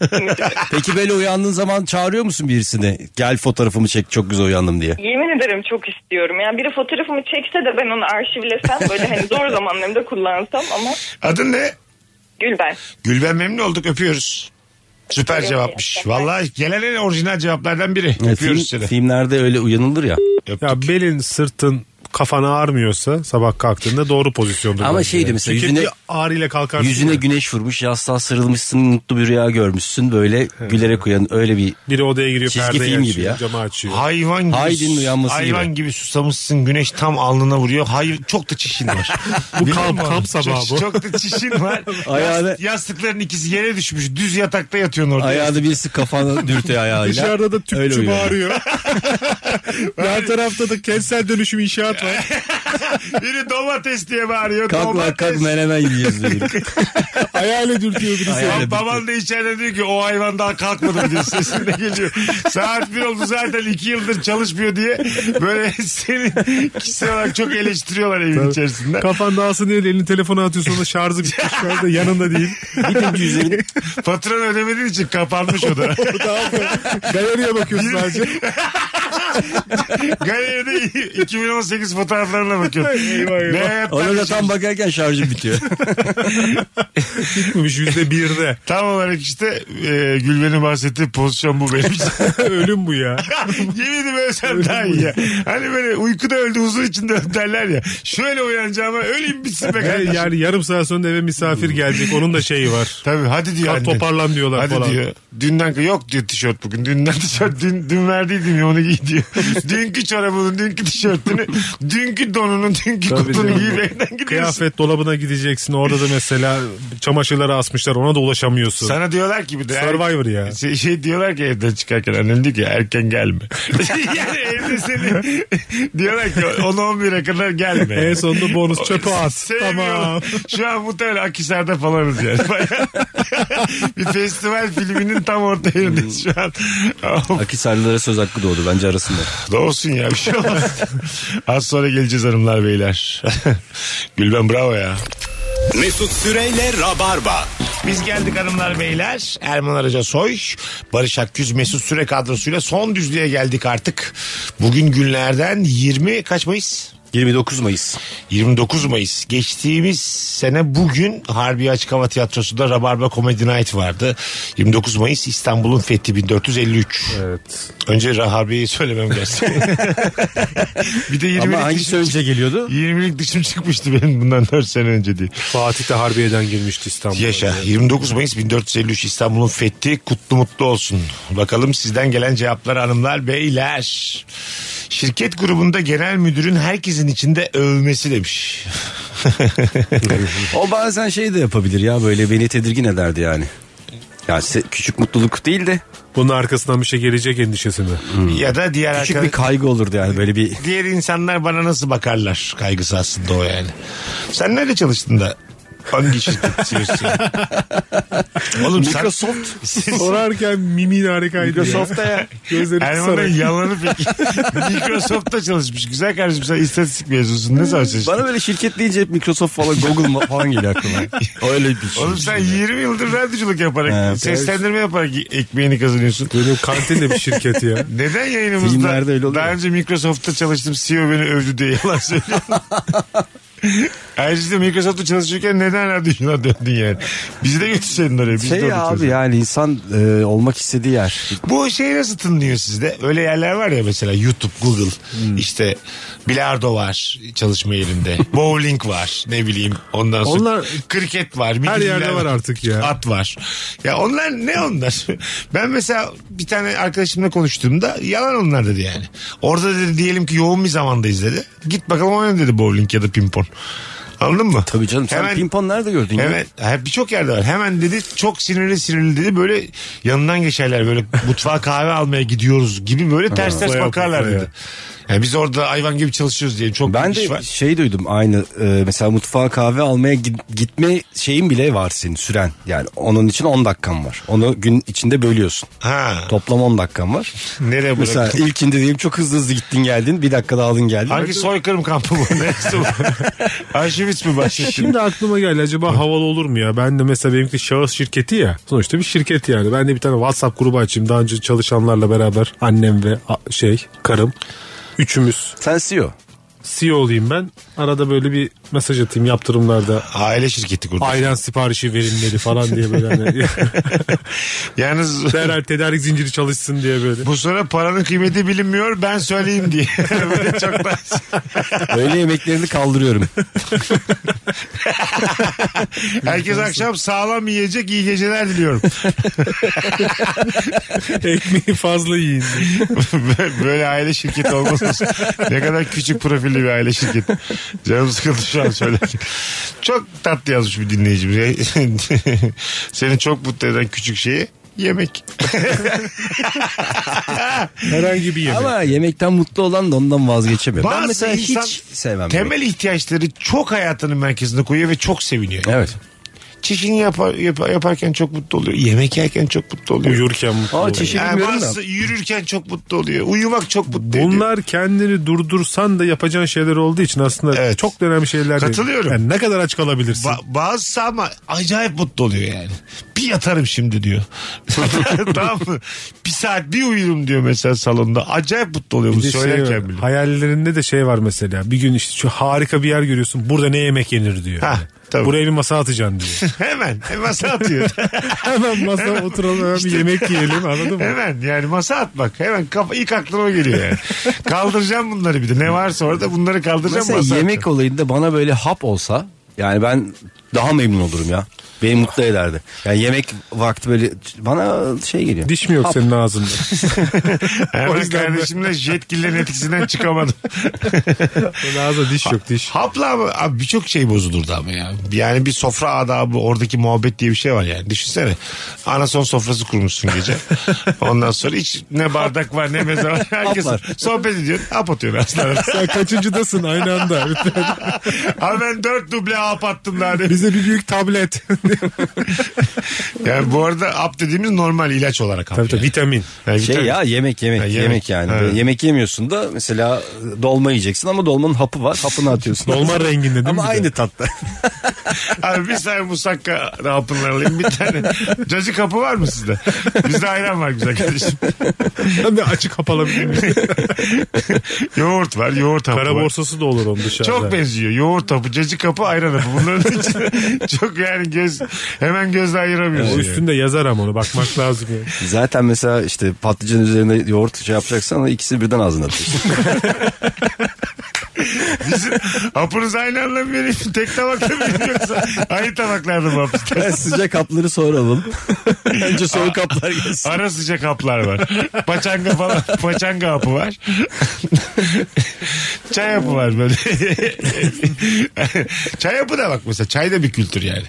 [SPEAKER 5] Peki böyle uyandığın zaman çağırıyor musun birisini? Gel fotoğrafımı çek çok güzel uyandım diye.
[SPEAKER 10] Yemin ederim çok istiyorum. Yani biri fotoğrafımı çekse de ben onu arşivlesem böyle hani zor zamanlarımda kullansam ama
[SPEAKER 3] Adın ne?
[SPEAKER 10] Gülben.
[SPEAKER 3] Gülben memnun olduk öpüyoruz. Süper
[SPEAKER 10] Öpüyorum.
[SPEAKER 3] cevapmış. Vallahi gelen en orijinal cevaplardan biri.
[SPEAKER 5] Evet, film-
[SPEAKER 3] Öpüyoruz seni.
[SPEAKER 5] filmlerde öyle uyanılır ya.
[SPEAKER 3] Öptük.
[SPEAKER 4] Ya belin sırtın kafan ağrmıyorsa sabah kalktığında doğru pozisyonda.
[SPEAKER 5] Ama şeydi mesela
[SPEAKER 4] Çünkü
[SPEAKER 5] yüzüne-
[SPEAKER 4] bir ağrıyla kalkarsın.
[SPEAKER 5] Yüzüne
[SPEAKER 4] ya.
[SPEAKER 5] güneş vurmuş, yastığa sarılmışsın, mutlu bir rüya görmüşsün. Böyle gülerek uyan öyle bir
[SPEAKER 4] Biri odaya giriyor
[SPEAKER 5] Çizgi
[SPEAKER 4] perdeyi
[SPEAKER 5] film gibi
[SPEAKER 4] açıyor,
[SPEAKER 5] ya.
[SPEAKER 4] camı açıyor.
[SPEAKER 3] Hayvan gibi,
[SPEAKER 5] Haydin uyanması
[SPEAKER 3] hayvan gibi. susamışsın güneş tam alnına vuruyor. Hayır çok da çişin var.
[SPEAKER 4] Bu
[SPEAKER 3] Biliyor
[SPEAKER 4] kamp,
[SPEAKER 3] musun?
[SPEAKER 4] kamp sabahı
[SPEAKER 3] çok,
[SPEAKER 4] bu.
[SPEAKER 3] Çok da çişin var.
[SPEAKER 5] Ayağını-
[SPEAKER 3] Yastıkların ikisi yere düşmüş. Düz yatakta yatıyorsun orada.
[SPEAKER 5] ayağını birisi kafana dürtüyor ayağıyla.
[SPEAKER 4] Dışarıda da
[SPEAKER 5] Öyle
[SPEAKER 4] tüpçü
[SPEAKER 5] uyanıyor.
[SPEAKER 4] bağırıyor. Yan tarafta da kentsel dönüşüm inşaat var.
[SPEAKER 3] Biri domates diye bağırıyor.
[SPEAKER 5] Kalk lan
[SPEAKER 3] domates.
[SPEAKER 5] kalk menemen yiyoruz diyor.
[SPEAKER 4] Ayağıyla dürtüyor birisi.
[SPEAKER 5] Ayağıyla
[SPEAKER 3] Bab-
[SPEAKER 5] bir- şey.
[SPEAKER 3] baban da içeride diyor ki o hayvan daha kalkmadı diyor sesinde geliyor. Saat bir oldu zaten iki yıldır çalışmıyor diye böyle seni kişisel olarak çok eleştiriyorlar evin içerisinde.
[SPEAKER 4] Kafan dağılsın diye elini telefona atıyor sonra şarjı bitmiş. Şu anda yanında değil.
[SPEAKER 3] Faturanı ödemediğin için kapanmış o da.
[SPEAKER 4] Galeriye bakıyorsun sadece.
[SPEAKER 3] Galeride 2018 fotoğraflarına bakıyorum.
[SPEAKER 4] Eyvah, eyvah.
[SPEAKER 5] Ona da tam bakarken şarjım bitiyor.
[SPEAKER 4] Gitmemiş yüzde birde.
[SPEAKER 3] Tam olarak işte e, Gülben'in bahsettiği pozisyon bu benim için.
[SPEAKER 4] Ölüm bu ya.
[SPEAKER 3] Yemin ederim ölsem daha iyi ya. Hani böyle uykuda öldü huzur içinde öldü derler ya. Şöyle uyanacağıma öleyim bitsin be
[SPEAKER 4] Yani,
[SPEAKER 3] kardeşim.
[SPEAKER 4] yani yarım saat sonra eve misafir gelecek. Onun da şeyi var.
[SPEAKER 3] Tabii hadi diyor
[SPEAKER 4] Kalk
[SPEAKER 3] annen.
[SPEAKER 4] toparlan diyorlar
[SPEAKER 3] Hadi
[SPEAKER 4] falan.
[SPEAKER 3] diyor. Dünden yok diyor tişört bugün. Dünden tişört dün, dün verdiydim ya onu giy diyor. dünkü çorabının, dünkü tişörtünü, dünkü donunun, dünkü
[SPEAKER 4] Tabii
[SPEAKER 3] kutunu
[SPEAKER 4] canım.
[SPEAKER 3] giyip evden gidiyorsun.
[SPEAKER 4] Kıyafet dolabına gideceksin. Orada da mesela çamaşırları asmışlar. Ona da ulaşamıyorsun.
[SPEAKER 3] Sana diyorlar ki bir de
[SPEAKER 4] Survivor ya.
[SPEAKER 3] şey, şey diyorlar ki evden çıkarken annem diyor ki erken gelme. yani evde seni diyorlar ki 10-11'e kadar gelme.
[SPEAKER 4] En sonunda bonus çöpe at.
[SPEAKER 3] Sevmiyorum.
[SPEAKER 4] Tamam.
[SPEAKER 3] Şu an muhtemelen Akisar'da falanız yani. Bayağı- bir festival filminin tam orta yerindeyiz şu an.
[SPEAKER 5] Akisarlılara söz hakkı doğdu bence arasında.
[SPEAKER 3] Doğrusun ya bir şey olmaz. Az sonra geleceğiz hanımlar beyler. Gülben bravo ya.
[SPEAKER 2] Mesut Süreyle Rabarba.
[SPEAKER 3] Biz geldik hanımlar beyler. Erman Araca Soy, Barış Akgüz, Mesut Süre kadrosuyla son düzlüğe geldik artık. Bugün günlerden 20 kaç Mayıs?
[SPEAKER 5] 29 Mayıs.
[SPEAKER 3] 29 Mayıs. Geçtiğimiz sene bugün Harbi Açık Hava Tiyatrosu'nda Rabarba Comedy Night vardı. 29 Mayıs İstanbul'un fethi 1453.
[SPEAKER 4] Evet.
[SPEAKER 3] Önce Ra- Harbiye'yi söylemem lazım. bir de 20'lik
[SPEAKER 5] Ama hangisi
[SPEAKER 3] dişim,
[SPEAKER 5] önce geliyordu?
[SPEAKER 3] 20'lik dişim çıkmıştı benim bundan 4 sene önce diye.
[SPEAKER 4] Fatih de Harbiye'den girmişti İstanbul'a.
[SPEAKER 3] Yaşa. 29 Mayıs 1453 İstanbul'un fethi kutlu mutlu olsun. Bakalım sizden gelen cevaplar hanımlar beyler. Şirket grubunda genel müdürün herkesin içinde övmesi demiş.
[SPEAKER 5] O bazen şey de yapabilir ya böyle beni tedirgin ederdi yani. Yani se- küçük mutluluk değil de
[SPEAKER 4] Bunun arkasından bir şey gelecek endişesi mi?
[SPEAKER 3] ya da diğer
[SPEAKER 5] küçük
[SPEAKER 3] arkadaş-
[SPEAKER 5] bir kaygı olurdu yani böyle bir
[SPEAKER 3] diğer insanlar bana nasıl bakarlar kaygısı aslında o yani. Sen nerede çalıştın da hangi şirket çalışıyorsun? Oğlum sen- Siz-
[SPEAKER 4] Sorarken mimin harikaydı.
[SPEAKER 3] Microsoft'ta
[SPEAKER 4] ya. Gözleri
[SPEAKER 3] Erman Bey
[SPEAKER 4] kısarak.
[SPEAKER 3] yalanı peki. Microsoft'ta çalışmış. Güzel kardeşim sen istatistik mezunsun. Ne savaşıyorsun?
[SPEAKER 5] bana böyle şirket deyince hep Microsoft falan Google ma- falan geliyor aklıma. Öyle bir şey.
[SPEAKER 3] Oğlum sen 20 yıldır radyoculuk yaparak,
[SPEAKER 5] Evet.
[SPEAKER 3] seslendirme yaparak e- ekmeğini kazanıyorsun.
[SPEAKER 4] Benim kantin de bir şirket ya.
[SPEAKER 3] Neden yayınımızda
[SPEAKER 5] Filmlerde öyle oluyor.
[SPEAKER 3] daha önce Microsoft'ta çalıştım CEO beni övdü diye yalan söylüyorsun. Ayrıca de Microsoft'ta çalışırken neden radyoculuğa döndün yani? Bizi de götürseydin oraya. Biz de
[SPEAKER 5] Şey
[SPEAKER 3] orada
[SPEAKER 5] abi
[SPEAKER 3] çalışırdık.
[SPEAKER 5] yani insan e, olmak istediği yer.
[SPEAKER 3] Bu şey nasıl tınlıyor sizde? Öyle yerler var ya mesela YouTube, Google,
[SPEAKER 4] Hmm.
[SPEAKER 3] işte bilardo var çalışma yerinde. Bowling var ne bileyim ondan sonra.
[SPEAKER 4] Onlar-
[SPEAKER 3] kriket var. bir
[SPEAKER 4] Her
[SPEAKER 3] bilgiler
[SPEAKER 4] yerde var artık ya.
[SPEAKER 3] At var. Ya onlar ne onlar? Ben mesela bir tane arkadaşımla konuştuğumda yalan onlar dedi yani. Orada dedi diyelim ki yoğun bir zamandayız dedi. Git bakalım oyna dedi bowling ya da pimpon. Anladın mı?
[SPEAKER 5] Tabii canım sen
[SPEAKER 3] Hemen-
[SPEAKER 5] pimpon nerede gördün ya?
[SPEAKER 3] Evet ha, birçok yerde var. Hemen dedi çok sinirli sinirli dedi böyle yanından geçerler böyle mutfağa kahve almaya gidiyoruz gibi böyle ters ters
[SPEAKER 4] Kafaya
[SPEAKER 3] bakarlar
[SPEAKER 4] kafaya.
[SPEAKER 3] dedi. Yani biz orada hayvan gibi çalışıyoruz diye çok
[SPEAKER 5] Ben
[SPEAKER 3] iş
[SPEAKER 5] de
[SPEAKER 3] var.
[SPEAKER 5] şey duydum aynı e, mesela mutfağa kahve almaya gi- gitme şeyin bile var senin süren. Yani onun için 10 dakikan var. Onu gün içinde bölüyorsun.
[SPEAKER 3] Ha.
[SPEAKER 5] Toplam 10 dakikan var.
[SPEAKER 3] Nereye
[SPEAKER 5] Mesela
[SPEAKER 3] bıraktın?
[SPEAKER 5] ilkinde diyeyim çok hızlı hızlı gittin geldin. Bir dakikada aldın geldin.
[SPEAKER 3] Hangi soykırım kampı bu? Neresi bu? Auschwitz mi başlattın?
[SPEAKER 4] Şimdi aklıma geldi acaba havalı olur mu ya? Ben de mesela benimki şahıs şirketi ya. Sonuçta bir şirket yani. Ben de bir tane WhatsApp grubu açayım. Daha önce çalışanlarla beraber annem ve a- şey karım. Üçümüz
[SPEAKER 5] Sen E CEO.
[SPEAKER 4] CEO olayım ben. Arada böyle bir mesaj atayım yaptırımlarda.
[SPEAKER 3] Aile şirketi kurduk.
[SPEAKER 4] Ayran siparişi verilmeli falan diye böyle. Hani,
[SPEAKER 3] Yalnız
[SPEAKER 4] derhal tedarik zinciri çalışsın diye böyle.
[SPEAKER 3] bu sıra paranın kıymeti bilinmiyor ben söyleyeyim diye. Böyle çok da...
[SPEAKER 5] Öğle yemeklerini kaldırıyorum.
[SPEAKER 3] Herkes akşam sağlam yiyecek iyi geceler diliyorum.
[SPEAKER 4] Ekmeği fazla yiyin.
[SPEAKER 3] Böyle aile şirketi olmaz olsun. Ne kadar küçük profilli bir aile şirketi. Canım sıkıldı şu an söylerken. Çok tatlı yazmış bir dinleyicimiz. Seni çok mutlu eden küçük şeyi yemek.
[SPEAKER 4] Herhangi bir yemek.
[SPEAKER 5] Ama yemekten mutlu olan da ondan vazgeçemiyor.
[SPEAKER 3] Bazı
[SPEAKER 5] ben mesela
[SPEAKER 3] insan
[SPEAKER 5] hiç sevmem.
[SPEAKER 3] Temel ihtiyaçları çok hayatının merkezine koyuyor ve çok seviniyor.
[SPEAKER 5] yemek. Evet.
[SPEAKER 3] Çişini yapar, yapar- yaparken çok mutlu oluyor. Yemek yerken çok mutlu oluyor.
[SPEAKER 4] Uyurken mutlu Aa, oluyor. çişi
[SPEAKER 3] Yani
[SPEAKER 4] bilmiyorum da.
[SPEAKER 3] bazısı yürürken çok mutlu oluyor. Uyumak çok mutlu ediyor.
[SPEAKER 4] Bunlar kendini durdursan da yapacağın şeyler olduğu için aslında çok da önemli şeyler değil.
[SPEAKER 3] Katılıyorum.
[SPEAKER 4] Yani ne kadar aç kalabilirsin?
[SPEAKER 3] Ba- bazısı ama acayip mutlu oluyor yani. Bir yatarım şimdi diyor. tamam mı? Bir saat bir uyurum diyor mesela salonda. Acayip mutlu oluyor bu
[SPEAKER 4] Bir de şey
[SPEAKER 3] söylerken
[SPEAKER 4] var,
[SPEAKER 3] bile.
[SPEAKER 4] Hayallerinde de şey var mesela. Bir gün işte şu harika bir yer görüyorsun. Burada ne yemek yenir diyor. Yani. Buraya bir masa atacaksın diyor.
[SPEAKER 3] Hemen e, masa atıyor.
[SPEAKER 4] Hemen masa oturalım, hemen bir yemek yiyelim, anladın mı?
[SPEAKER 3] Hemen yani masa atmak. Hemen kafa, ilk aklıma geliyor yani. kaldıracağım bunları bir de. Ne varsa orada bunları kaldıracağım
[SPEAKER 5] Mesela
[SPEAKER 3] masa
[SPEAKER 5] yemek olayında bana böyle hap olsa yani ben daha memnun olurum ya. Beni mutlu ederdi. Yani yemek vakti böyle bana şey geliyor.
[SPEAKER 4] Diş mi yok
[SPEAKER 5] Hap.
[SPEAKER 4] senin ağzında?
[SPEAKER 3] Erman
[SPEAKER 4] O yüzden de-
[SPEAKER 3] kardeşimle jetgillerin etkisinden çıkamadım.
[SPEAKER 4] Ağzı diş yok diş.
[SPEAKER 3] Hapla abi, abi birçok şey bozulurdu ama ya. Yani bir sofra adabı oradaki muhabbet diye bir şey var yani. Düşünsene. Anason sofrası kurmuşsun gece. Ondan sonra hiç ne bardak var ne meze var. Herkes
[SPEAKER 4] Haplar.
[SPEAKER 3] sohbet ediyor. Hap atıyor aslında.
[SPEAKER 4] Sen E, kaçıncıdasın aynı anda?
[SPEAKER 3] Abi ben dört duble hap attım daha demin.
[SPEAKER 4] Bize bir büyük tablet.
[SPEAKER 3] Yani bu arada hap dediğimiz normal ilaç olarak hap.
[SPEAKER 5] Tabii tabii,
[SPEAKER 4] vitamin.
[SPEAKER 5] Şey ya yemek yemek
[SPEAKER 3] Ha, yemek.
[SPEAKER 5] yemek, yani.
[SPEAKER 3] Ha.
[SPEAKER 5] Böyle Yemek yemiyorsun da mesela dolma yiyeceksin ama dolmanın hapı var. Hapını atıyorsun.
[SPEAKER 4] Dolma renginde değil
[SPEAKER 5] Ama
[SPEAKER 4] mi bir de?
[SPEAKER 5] aynı tatta.
[SPEAKER 3] Abi bir tane musakka hapını alayım bir tane. Cacı kapı var mı sizde? Bizde ayran var güzel kardeşim.
[SPEAKER 4] Ben de açık hap alabilir miyim?
[SPEAKER 3] yoğurt var yoğurt hapı
[SPEAKER 4] Kara
[SPEAKER 3] var.
[SPEAKER 4] borsası da olur onun dışarıda.
[SPEAKER 3] Çok benziyor. Yoğurt hapı, cacık hapı, ayran hapı. Bunların içinde çok yani göz hemen gözle ayıramıyoruz.
[SPEAKER 4] O
[SPEAKER 3] yani.
[SPEAKER 4] üstünde yazar ama onu bakmak lazım. yani.
[SPEAKER 5] Zaten mesela işte patlıcanın üzerine yoğurt şey yapacaksan da ikisi birden ağzına atıyorsun.
[SPEAKER 3] Bizim hapınız aynı anlamı veriyor. Tek tabakta mı yiyor yoksa aynı tabaklarda mı hapı
[SPEAKER 5] Ben
[SPEAKER 3] istersiniz?
[SPEAKER 5] sıcak hapları sonra alalım. Önce soğuk haplar gelsin.
[SPEAKER 3] Ara sıcak haplar var. Paçanga falan. Paçanga hapı var. Çay hapı var böyle. çay hapı da bak mesela. Çay da bir kültür yani.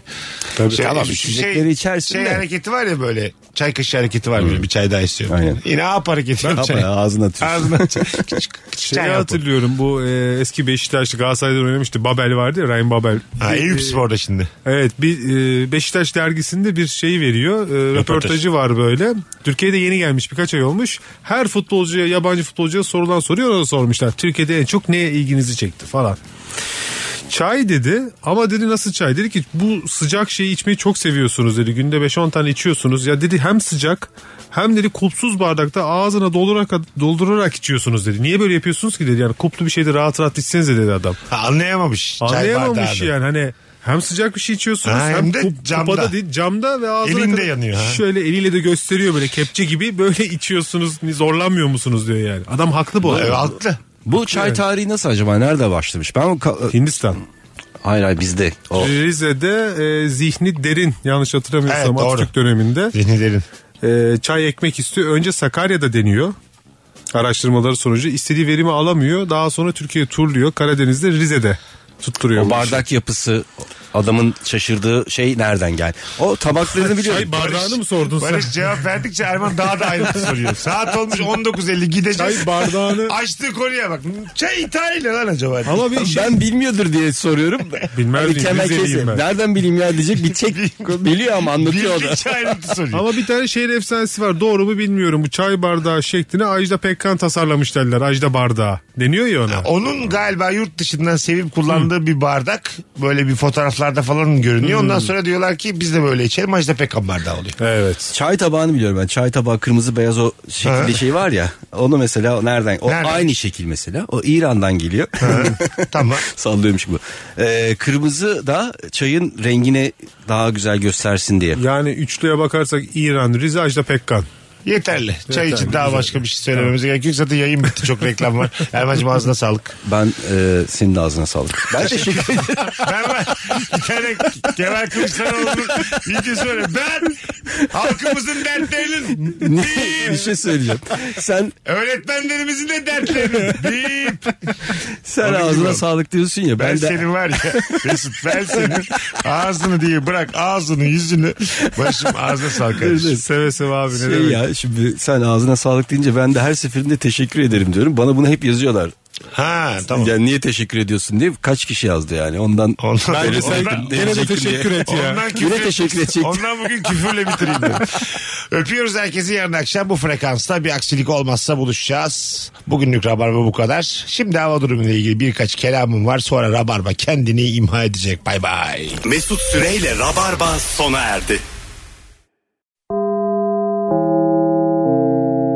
[SPEAKER 5] Tabii, tamam, içecekleri içersin
[SPEAKER 3] şey
[SPEAKER 5] de.
[SPEAKER 3] hareketi var ya böyle. Çay kaşığı hareketi var böyle. Bir çay daha istiyorum.
[SPEAKER 5] Aynen.
[SPEAKER 3] Yine hap hareketi.
[SPEAKER 5] Hap ya, ağzına atıyorsun.
[SPEAKER 3] Ağzına çay. Küçük- küçük
[SPEAKER 4] Şeyi
[SPEAKER 3] çay hapı.
[SPEAKER 4] hatırlıyorum bu e, eski Beşiktaşlı Galatasaray'dan oynamıştı. Babel vardı ya Ryan Babel.
[SPEAKER 3] Ha,
[SPEAKER 4] Bir-
[SPEAKER 3] Eyüp Spor'da şimdi.
[SPEAKER 4] Evet bir e, Beşiktaş dergisinde bir şey veriyor. E, röportajı var böyle. Türkiye'de yeni gelmiş birkaç ay olmuş. Her futbolcuya yabancı futbolcuya sorulan soruyor ona da sormuşlar. Türkiye'de en çok neye ilginizi çekti falan. Çay dedi ama dedi nasıl çay dedi ki bu sıcak şeyi içmeyi çok seviyorsunuz dedi günde 5-10 tane içiyorsunuz ya dedi hem sıcak hem dedi kupsuz bardakta ağzına doldurarak, doldurarak içiyorsunuz dedi. Niye böyle yapıyorsunuz ki dedi yani kuplu bir şeyde rahat rahat içsenize dedi adam.
[SPEAKER 3] Ha, anlayamamış. Çay
[SPEAKER 4] Anlayamamış
[SPEAKER 3] bardağını.
[SPEAKER 4] yani hani hem sıcak bir şey içiyorsunuz
[SPEAKER 3] Ha,
[SPEAKER 4] hem,
[SPEAKER 3] hem de
[SPEAKER 4] kup-
[SPEAKER 3] camda.
[SPEAKER 4] kupada değil camda ve ağzına
[SPEAKER 3] Elinde
[SPEAKER 4] kadar
[SPEAKER 3] yanıyor, ha.
[SPEAKER 4] şöyle eliyle de gösteriyor böyle kepçe gibi böyle içiyorsunuz zorlanmıyor musunuz diyor yani. Adam haklı bu.
[SPEAKER 3] Evet, haklı.
[SPEAKER 5] Bu çay
[SPEAKER 4] Evet.
[SPEAKER 5] tarihi nasıl acaba? Nerede başlamış? Ben o ka-
[SPEAKER 4] Hindistan.
[SPEAKER 5] Hayır hayır bizde. O
[SPEAKER 4] Rize'de e, zihni derin yanlış hatırlamıyorsam
[SPEAKER 3] Evet, doğru.
[SPEAKER 4] Atatürk döneminde
[SPEAKER 3] Zihni derin.
[SPEAKER 4] e, çay ekmek istiyor. Önce Sakarya'da deniyor araştırmaları sonucu istediği verimi alamıyor. Daha sonra Türkiye turluyor Karadeniz'de Rize'de tutturuyor.
[SPEAKER 5] O
[SPEAKER 4] bu işi.
[SPEAKER 5] bardak yapısı adamın şaşırdığı şey nereden geldi? O tabaklarını biliyorum.
[SPEAKER 4] Çay bardağını mı sordun sen?
[SPEAKER 3] Barış cevap verdikçe Erman daha da ayrıntı soruyor. Saat olmuş 19.50 gideceğiz.
[SPEAKER 4] Çay bardağını
[SPEAKER 3] Açtığı konuya bak. Çay İtalya lan acaba?
[SPEAKER 4] ama bir şey
[SPEAKER 5] Ben bilmiyordur diye soruyorum.
[SPEAKER 4] Bilmez
[SPEAKER 5] Hani
[SPEAKER 4] miyim?
[SPEAKER 5] Kemal
[SPEAKER 4] Rizeliyim
[SPEAKER 5] Kese,
[SPEAKER 4] ben.
[SPEAKER 5] Nereden bileyim ya diyecek. Bir çek biliyor ama anlatıyor o da.
[SPEAKER 3] Bildikçe ayrıntı soruyor.
[SPEAKER 4] Ama bir tane şehir efsanesi var. Doğru mu bilmiyorum. Bu çay bardağı şeklini Ajda Pekkan tasarlamış derler. Ajda bardağı. Deniyor ya ona.
[SPEAKER 3] Onun galiba yurt dışından sevip kullandığı bir bardak böyle bir fotoğraflarda falan görünüyor.
[SPEAKER 4] Hmm.
[SPEAKER 3] Ondan sonra diyorlar ki biz de böyle içelim. Ajda Pekkan bardağı oluyor.
[SPEAKER 4] Evet.
[SPEAKER 5] Çay tabağını biliyorum ben. Çay tabağı kırmızı beyaz o
[SPEAKER 3] Ha.
[SPEAKER 5] şekilde şey var ya. Onu mesela nereden? O
[SPEAKER 3] Nereden?
[SPEAKER 5] aynı şekil mesela. O İran'dan geliyor.
[SPEAKER 3] tamam.
[SPEAKER 5] Sallıyormuş bu. Ee, kırmızı da çayın rengini daha güzel göstersin diye.
[SPEAKER 4] Yani üçlüye bakarsak İran, Rize, Ajda Pekkan.
[SPEAKER 3] Yeterli. Çay için daha başka bir şey söylememiz gerek yok. Zaten yayın bitti. Çok reklam var. Erman'cığım ağzına sağlık.
[SPEAKER 5] Ben e, senin de ağzına sağlık. Ben teşekkür ederim.
[SPEAKER 3] Ben var. Bir tane Kemal Kılıçdaroğlu'nun videosu var. Ben halkımızın dertlerinin
[SPEAKER 5] bir şey söyleyeceğim. Sen
[SPEAKER 3] Öğretmenlerimizin de dertleri. Bip.
[SPEAKER 5] sen
[SPEAKER 3] Onu
[SPEAKER 5] ağzına
[SPEAKER 3] bilmiyorum.
[SPEAKER 5] sağlık diyorsun ya.
[SPEAKER 3] Ben,
[SPEAKER 5] Ben, de şey
[SPEAKER 3] senin var ya Mesut ben senin ağzını diye bırak ağzını yüzünü başım ağzına sağlık. kardeşim.
[SPEAKER 4] Seve seve abi ne
[SPEAKER 5] şey
[SPEAKER 4] demek.
[SPEAKER 5] ya şimdi sen ağzına sağlık deyince ben de her seferinde teşekkür ederim diyorum. Bana bunu hep yazıyorlar.
[SPEAKER 3] Ha tamam.
[SPEAKER 5] Yani niye teşekkür ediyorsun diye kaç kişi yazdı yani ondan.
[SPEAKER 3] Ondan,
[SPEAKER 5] Böyle saydım, diyecektim diye.
[SPEAKER 3] Ondan küfür,
[SPEAKER 5] Yine teşekkür edecektim.
[SPEAKER 3] Ondan bugün küfürle bitireyim dedim. Öpüyoruz herkesi yarın akşam bu frekansta bir aksilik olmazsa buluşacağız. Bugünlük Rabarba bu kadar. Şimdi hava durumuyla ilgili birkaç kelamım var sonra Rabarba kendini imha edecek. Bay bay.
[SPEAKER 2] Mesut Süreyle Rabarba sona erdi.